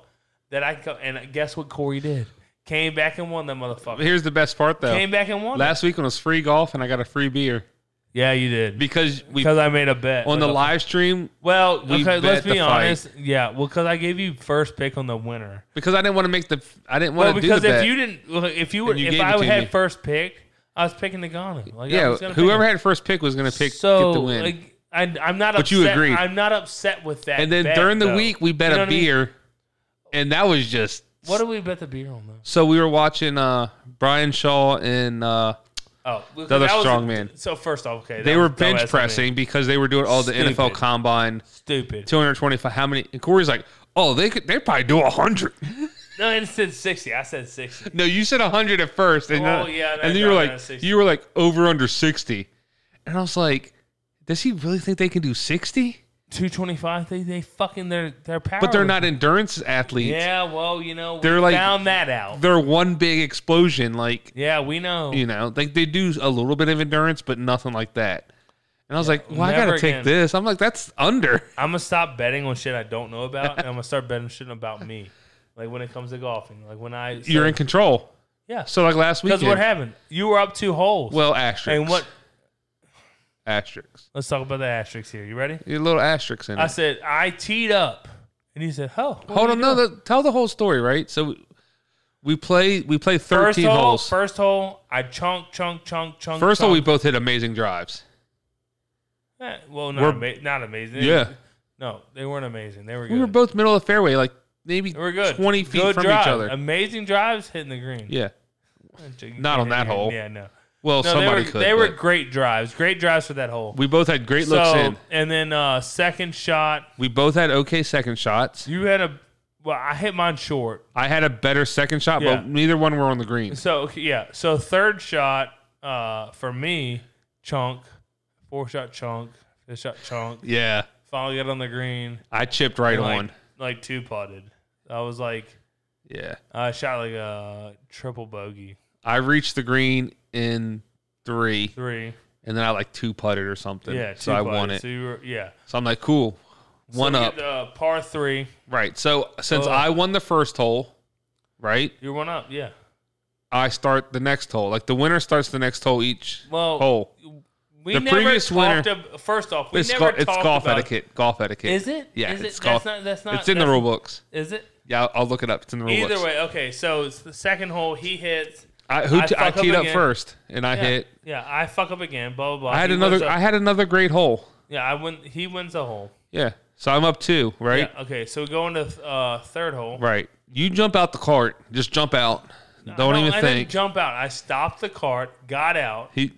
that I can. And guess what? Corey did. Came back and won that motherfucker.
Here's the best part though.
Came back and won.
Last weekend was free golf, and I got a free beer.
Yeah, you did.
because we
Because I made a bet
on the
Like a-
live stream
Well,
we
okay,
bet
let's
the
be
fight.
honest. Yeah, well, because I gave you first pick on the winner.
because I didn't want to make the I didn't
Well,
want to do the
because if
bet.
you didn't, well, if you were,
And you
if
gave it
I
to
had
me.
first pick, I was picking the Ghana. Like, I
yeah,
was gonna pick
whoever
him.
had first pick was going to pick
so
get the win.
like I, I'm not.
But
upset.
you agreed.
I'm not upset with that.
and then
bet,
during the
though.
week we bet
You know
a
what I mean?
beer, and that was just
What do we bet the beer on though?
so we were watching uh Brian Shaw and uh
Oh, well,
The other
that was-
strong man.
So first off, okay,
they
that
were
was dumbass
bench
of me.
pressing because they were doing all the NFL
Stupid.
combine
Stupid.
225 how many and Corey's like oh they could they probably do 100
No, it said sixty. I said sixty.
no you said 100 at first and,
Oh,
uh,
yeah,
and
no,
you were
no,
like
no, 60.
you were like over under 60 and I was like does he really think they can do 60
Two twenty five. They they fucking their their power.
but they're not endurance athletes
Yeah, well, you know,
They're
we
like-
found that out.
they're one big explosion like
Yeah, we know.
you know like they do a little bit of endurance but nothing like that and i was like well i
never
gotta take
again.
this i'm like that's under
I'm gonna stop betting on shit I don't know about, and I'm gonna start betting shit about me. Like when it comes to golfing, like when I
you're in control
yeah.
so like last
Because
weekend
what happened? You were up two holes.
well asterisks
and what?
asterisks
Let's talk about the asterisks here. You ready?
your little asterisks in
I
it.
said I teed up, and you said, "Oh, what
hold
are
on
you
no
doing?"
the, tell the whole story right so we play we play 13
First hole,
holes first,
first hole, I chunk, chunk, chunk, chunk.
hole we
chunk.
both hit amazing drives
Eh, well, not,
we're-
ama- not amazing.
yeah
no, they weren't amazing. They were good.
we were both middle of the fairway like maybe
They were good.
20 feet
Good
from
drive.
each other
Amazing drives hitting the green.
yeah Not on that hole.
Yeah, no.
well
No,
somebody
they were,
could
they were
but
great drives. Great drives for that hole.
we both had great looks
so,
in
and then uh, second shot,
we both had okay second shots
you had a well, I hit mine short.
I had a better second shot,
Yeah.
but neither one were on the green.
So okay, yeah, so third shot uh, for me, chunk, four shot chunk, fifth shot chunk.
Yeah,
Finally got on the green,
I chipped right
and, like,
on.
like two putted. I was like,
Yeah,
I shot like a triple bogey,
I reached the green in three,
three.
and then I like two putted or something.
Yeah, two
so I won
putted.
it.
So you were, yeah,
So I'm like, cool,
So
one
we
up.
get the par three.
right. So since
Oh.
I won the first hole, right,
You're one up. Yeah.
I start the next hole. Like the winner starts the next hole each
Well,
hole.
we
The
never
previous
talked
winner-
ab- first off, we
It's,
never
go- it's
talked
golf
about,
etiquette. Golf etiquette.
Is it?
Yeah,
Is it?
it's golf.
That's not. That's not.
it's in the
that's-
rule books.
Is it?
Yeah, I'll, I'll look it up. It's in the rule
Either
books.
way, okay. So it's the second hole. He hits.
I, who
I
t- I
fuck up
teed up,
again.
first, and I
Yeah,
hit.
Yeah, I fuck up again. Blah blah. blah.
I had
He
another.
wins a-
I had another great hole.
yeah, I win. He wins a hole.
Yeah. So I'm up two, right?
Yeah, okay, so we go into uh, third hole.
Right. You jump out the cart. Just jump out. Don't
No,
even
I
think.
Didn't jump out. I stopped the cart. Got out.
he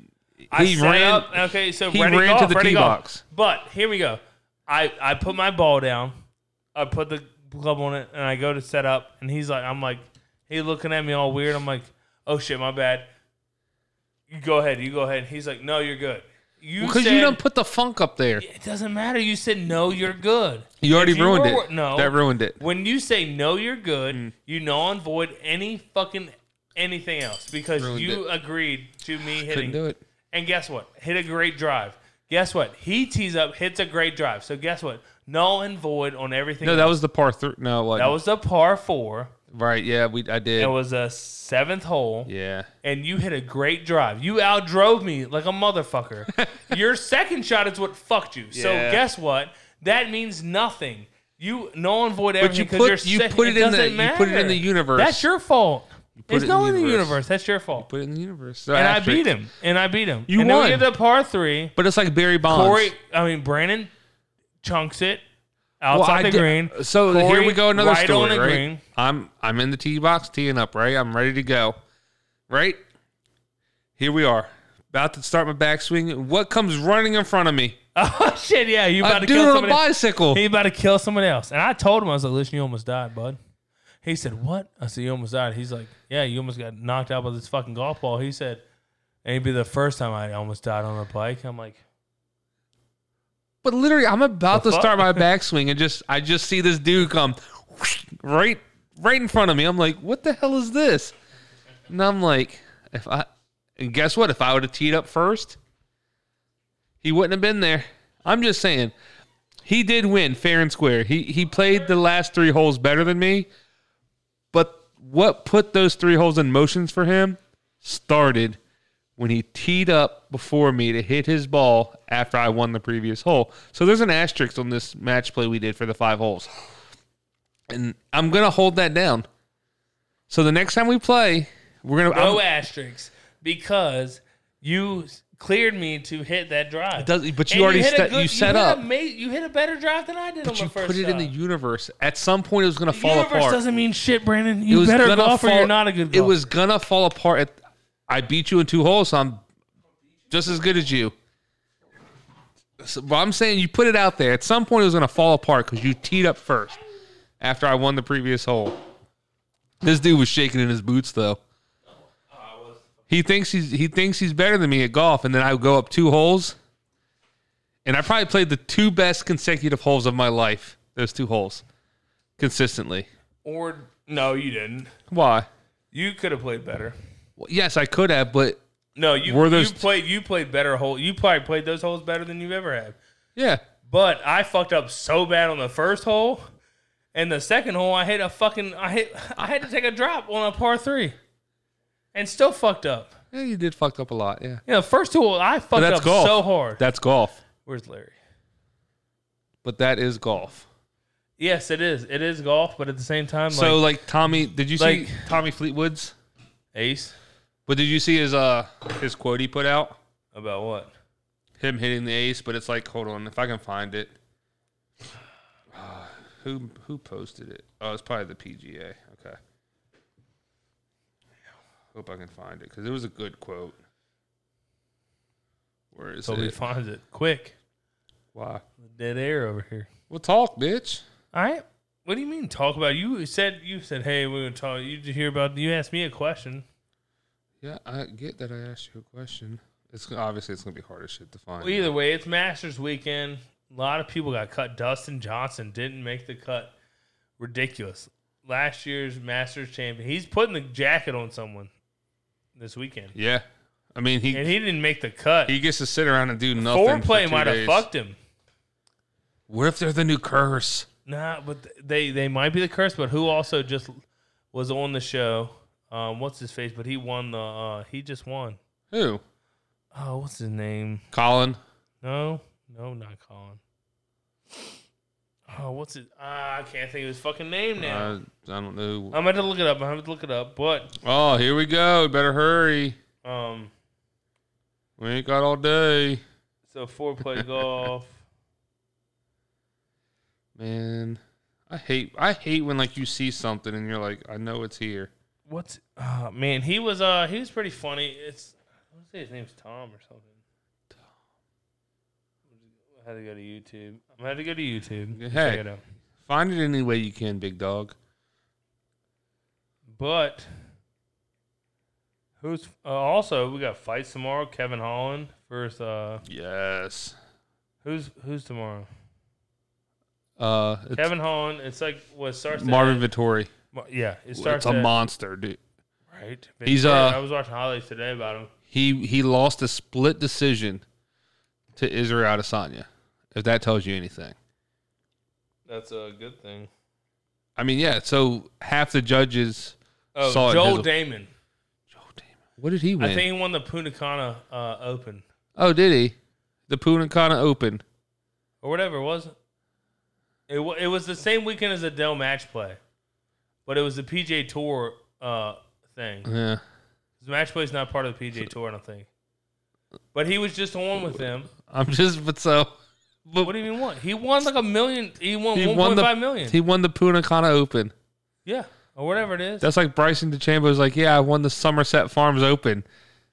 I
he
set
ran
up. Okay, so
he
ready
ran
golf,
to the
ready
tee
golf.
box.
But here we go. I I put my ball down. I put the club on it, and I go to set up. And he's like, I'm like, he looking at me all weird. I'm like, oh shit, my bad. You go ahead. You go ahead. And he's like, no, you're good. You
because
said,
you don't put the funk up there.
It doesn't matter. You said no, you're good.
You already
If you
ruined
were-
it.
No,
That ruined it. Mm.
when you say no, you're good. You null and void any fucking anything else because
Ruined
you agreed to me hitting.
Couldn't do it.
And guess what? Hit a great drive. Guess what? He tees up, hits a great drive. So guess what? Null and void on everything.
No, that
else.
was the par three. No, it wasn't.
that was a par four.
right. Yeah, we I did.
It was a seventh hole,
yeah.
and you hit a great drive. You outdrove me like a motherfucker. Your second shot is what fucked you. So
Yeah.
guess what? That means nothing. You null and void
But
everything
you
'cause
put-
you're
you
sick.
put it in
doesn't
the- you put it in
matter.
the universe.
That's your fault.
put
It's
it in
null
the
in the
universe.
universe. That's your fault.
Put it in the universe. So
And I
asterisk.
beat him. And I beat him.
You
and
won.
then we get to par three.
But it's like Barry Bonds.
Corey, I mean Brandon, chunks it
Well,
outside the
I did-
green.
So here
Corey,
we go. Another
right
story.
on the
right?
green.
I'm I'm in the tee box teeing up. Right. I'm ready to go. Right. Here we are. About to start my backswing. What comes running in front of me?
Oh shit! Yeah, you about
A
to
dude
kill
on a
somebody.
bicycle.
He about to kill somebody else. And I told him I was like, "Listen, you almost died, bud." He said, "What?" I said, "You almost died." He's like, "Yeah, you almost got knocked out by this fucking golf ball." He said, "And it'd be the first time I almost died on a bike." I'm like,
But literally, I'm about
The
to
fuck?
start my backswing, and just I just see this dude come right right in front of me. I'm like, what the hell is this? And I'm like, if I and guess what? If I would have teed up first, he wouldn't have been there. I'm just saying, he did win fair and square. He he played the last three holes better than me, but what put those three holes in motions for him started when he teed up before me to hit his ball after I won the previous hole. So there's an asterisk on this match play we did for the five holes. And I'm going to hold that down. So the next time we play, we're going to.
No asterisks because you cleared me to hit that drive. It
does- but you already set- you set up.
you hit a better drive than I did on
but
the
you
first.
put it in
shot.
the universe. At some point, it was going to
The
fall
universe
apart.
doesn't mean shit, Brandon.
it
You
was
better
gonna
golf or
fall-
you're not a good golfer.
It was gonna fall apart. At, I beat you in two holes, so I'm just as good as you. So, but I'm saying you put it out there. At some point, it was gonna fall apart because you teed up first after I won the previous hole. This dude was shaking in his boots though. He thinks he's he thinks he's better than me at golf, and then I go up two holes, and I probably played the two best consecutive holes of my life. Those two holes, consistently.
or no, you didn't.
Why?
You could have played better.
Well, yes, I could have, but
No, you
Were those-
you played you played better hole. You probably played those holes better than you've ever had.
yeah.
But I fucked up so bad on the first hole, and the second hole I hit a fucking I hit I had to take a drop on a par three, and still fucked up.
Yeah, you did fuck up a lot. Yeah,
You know, first hole I
but
fucked
that's
up
golf.
so hard.
That's golf.
Where's Larry?
But that is golf.
Yes, it is. It is golf, but at the same time,
so
like
like Tommy, did you
like-
see Tommy Fleetwood's?
Ace
But did you see his uh his quote he put out?
about what?
Him hitting the ace, but it's like, hold on, if I can find it. who who posted it? Oh, it's probably the PGA. Okay. Hope I can find it because it was a good quote. Where is
So he
it?
finds it quick.
Why?
Dead air over here.
We'll talk, bitch.
All right. What do you mean talk about? You said you said, hey, we were talking. You did hear about? You asked me a question.
Yeah, I get that I asked you a question. It's obviously it's gonna be hard as shit to find.
Well, either way, it's Masters weekend. A lot of people got cut. Dustin Johnson didn't make the cut. Ridiculous. Last year's Masters champion. He's putting the jacket on someone this weekend,
Yeah, I mean he
and
he,
he didn't make the cut.
gets to sit around and do nothing.
Foreplay
for two
might have
days.
fucked him.
What if they're the new curse?
Nah, but th- they they might be the curse. But who also just was on the show? Um, what's his face? But he won the. Uh, he just won.
Who?
Oh, what's his name?
Colin.
No, no, not Colin. Oh, what's it? Ah, I can't think of his fucking name now.
I, I don't know.
I'm gonna have to look it up. I'm gonna have to look it up. But
oh, here we go. Better hurry.
um,
We ain't got all day,
so foreplay golf.
man. I hate I hate when like you see something and you're like I know it's here.
What's oh man? He was uh he was pretty funny. It's I want to say his name's Tom or something. I had to go to YouTube. I'm gonna have to go to YouTube. and
Hey.
check it out.
Find it any way you can, big dog.
But who's uh, also we got fights tomorrow? Kevin Holland versus uh
Yes.
who's who's tomorrow?
Uh, it's
Kevin Holland. It's like what starts. at-
Marvin Vittori.
Mar- yeah, it starts.
It's a
at-
monster, dude.
Right.
He's,
Victoria.
uh,
I was watching highlights today about him.
He he lost a split decision to Israel Adesanya. If that tells you anything,
That's a good thing.
I mean, yeah. So half the judges
Oh,
saw
Joel
it. His-
Damon.
Joel Damon. What did he win?
I think he won the Punta Cana uh, Open
oh, did he? The Punta Cana Open.
or whatever it was. It wa it was the same weekend as the Dell Match Play, but it was the PJ Tour uh, thing.
Yeah.
The match play is not part of the PJ Tour, I don't think. But he was just on with them.
I'm just but so
What do you mean won? He won like a million. He won
he
one
won
point
the
five million.
he won the Punta Cana Open.
yeah, or whatever it is.
That's like Bryson DeChambeau's like, yeah, I won the Somerset Farms Open.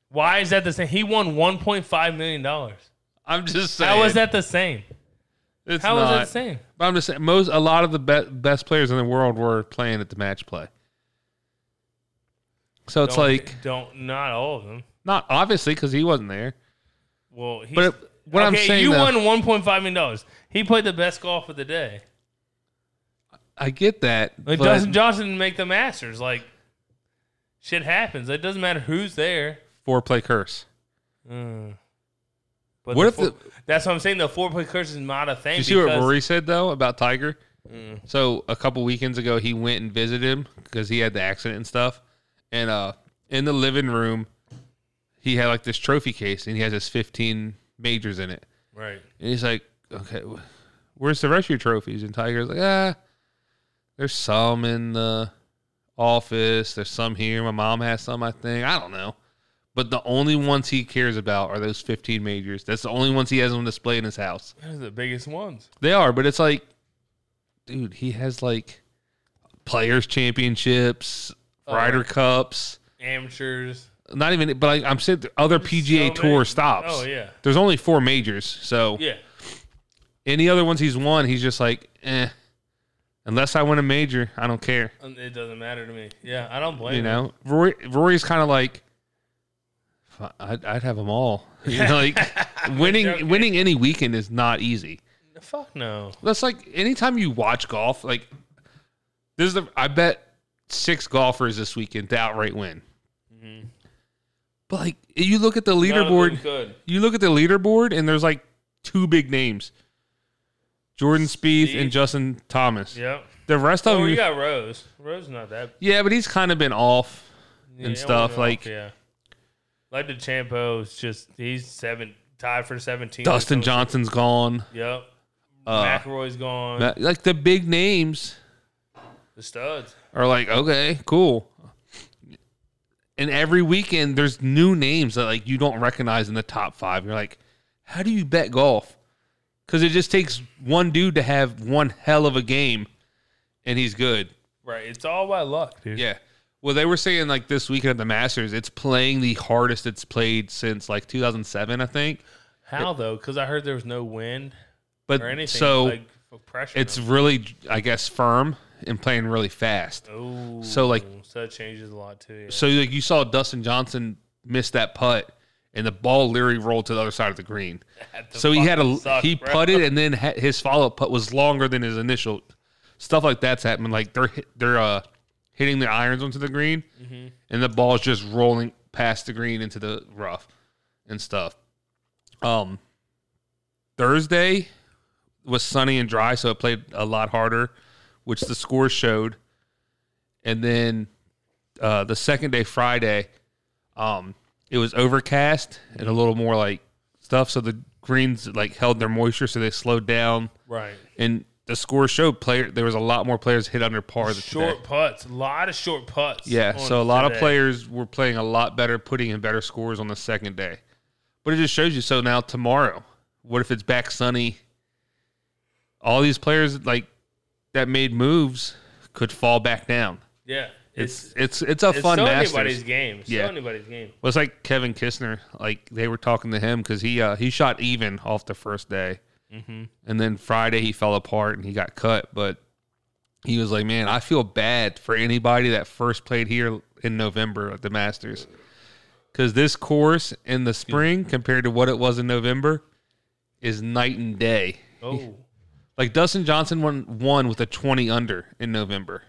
Why is that the same? He won one point five million dollars.
I'm just saying.
How is that the same?
It's
How is
not.
that the same?
But I'm just saying, most a lot of the be- best players in the world were playing at the match play. So it's
Don't-
like
don't not all of them.
not obviously because he wasn't there.
Well, he's,
But it- what I'm saying,
you
though-
won one point five million dollars. He played the best golf of the day.
I get that.
Like
but
Dustin Johnson didn't make the Masters. Like shit happens. It doesn't matter who's there.
foreplay curse.
Mm. But
What if
four-
the-
that's what I'm saying? The four play curse is not a thing.
Did you see what
because- Mm.
Rory said though about Tiger? So a couple weekends ago, he went and visited him because he had the accident and stuff. And uh, in the living room, he had like this trophy case and he has his 15 majors in it.
Right.
And he's like, okay, wh- where's the rest of your trophies? And Tiger's like, ah, there's some in the office. There's some here. My mom has some, I think. I don't know. But the only ones he cares about are those 15 majors. That's the only ones he has on display in his house.
Those are the biggest ones.
They are, but it's like, dude, he has like players' championships,
Oh.
Ryder Cups.
Amateurs.
Not even, but like, I'm saying the other PGA
so
Tour
many.
stops.
Oh, yeah.
There's only four majors, so
Yeah.
any other ones he's won, he's just like, eh. Unless I win a major, I don't care.
Um, It doesn't matter to me. Yeah, I don't blame
You know, Rory, Rory's kind of like, "Fu- I'd, I'd have them all. You know, like winning,
joking.
winning any weekend is not easy.
you. Fuck no.
That's like anytime you watch golf, like this is the I bet six golfers this weekend to outright win. But like you look at the
Mm-hmm. None of them
leaderboard,
Could.
you look at the leaderboard, and there's like two big names, Jordan Spieth
Spieth.
and Justin Thomas.
Yep.
The rest of
Oh,
them,
you got Rose. Rose not that
yeah, but he's kind of been off.
yeah,
and stuff,
on
like-
off, yeah. Like the Champo's just he's seven tied for seventeen.
Dustin Johnson's gone.
Yep.
Uh,
McElroy's gone.
Ma- like the big names
the studs.
are like okay, cool. And every weekend there's new names that like you don't recognize in the top five. You're like, how do you bet golf? Because it just takes one dude to have one hell of a game, and he's good.
Right. It's all by luck, dude.
Yeah. Well, they were saying like this weekend at the Masters, it's playing the hardest it's played since like 2007, I think.
How though? Because I heard there was no wind
But
or anything.
so
like for pressure.
it's really i guess firm and playing really fast
oh,
so, like-
so that changes a lot too. Yeah.
so like you saw dustin johnson miss that putt and the ball literally rolled to the other side of the green
That
so he had a
fucking sucks,
he
bro.
putted and then ha his follow-up putt was longer than his initial stuff like that's happening like they're hit, they're uh hitting their irons onto the green
Mm-hmm.
and the ball's just rolling past the green into the rough and stuff um thursday was sunny and dry so it played a lot harder which the score showed and then uh the second day friday um it was overcast and a little more like stuff so the greens like held their moisture so they slowed down
Right.
and the score showed player there was a lot more players hit under par than
Short
today.
putts. A lot of short putts.
yeah
on
so a lot of
today.
players were playing a lot better putting in better scores on the second day but it just shows you so now tomorrow what if it's back sunny all these players like that made moves could fall back down
Yeah. It's
it's it's it's a
it's
fun
still
Masters.
anybody's game. It's
Yeah.
Still anybody's game.
Well, it's like Kevin Kistner. Like they were talking to him because he uh, he shot even off the first day, and then Friday he fell apart and he got cut. But he was like, "Man, I feel bad for anybody that first played here in November at the Masters, because this course in the spring compared to what it was in November is night and day.
Oh.
Like Dustin Johnson won won with a twenty under in November."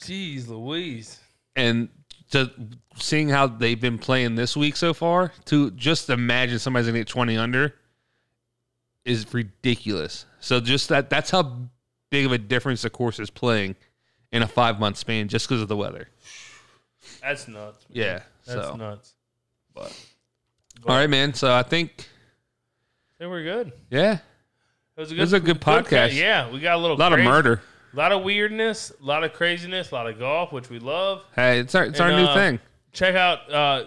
Jeez Louise.
and to seeing how they've been playing this week so far, to just imagine somebody's gonna get twenty under is ridiculous. So just that that's how big of a difference the course is playing in a five month span just because of the weather.
That's nuts. man.
Yeah.
That's
so
nuts.
all right, man. So I think
They were good.
yeah,
It was a good,
was a good podcast.
yeah, we got a little
a lot
crazy,
of murder.
a lot of weirdness, a lot of craziness, a lot of golf, which we love.
Hey, it's our it's our
And,
new
uh,
thing.
Check out, uh,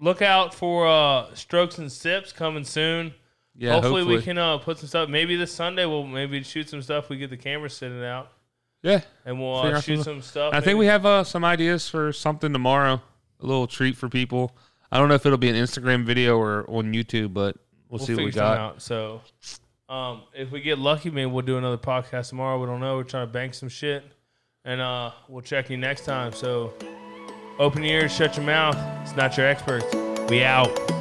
look out for uh, strokes and sips coming soon.
Yeah,
hopefully, we can uh, put some stuff. Maybe this Sunday we'll maybe shoot some stuff. We get the camera sitting out
Yeah,
and we'll
Figure
uh,
out
shoot
some-
some stuff.
I think we have uh, some ideas for something tomorrow. A little treat for people. I don't know if it'll be an Instagram video or on YouTube, but we'll,
we'll
see what we
figure something
got.
Out. So, um, if we get lucky, maybe we'll do another podcast tomorrow. We don't know. We're trying to bank some shit, and uh, we'll check you next time. So, open your ears, shut your mouth. It's not your experts. We out.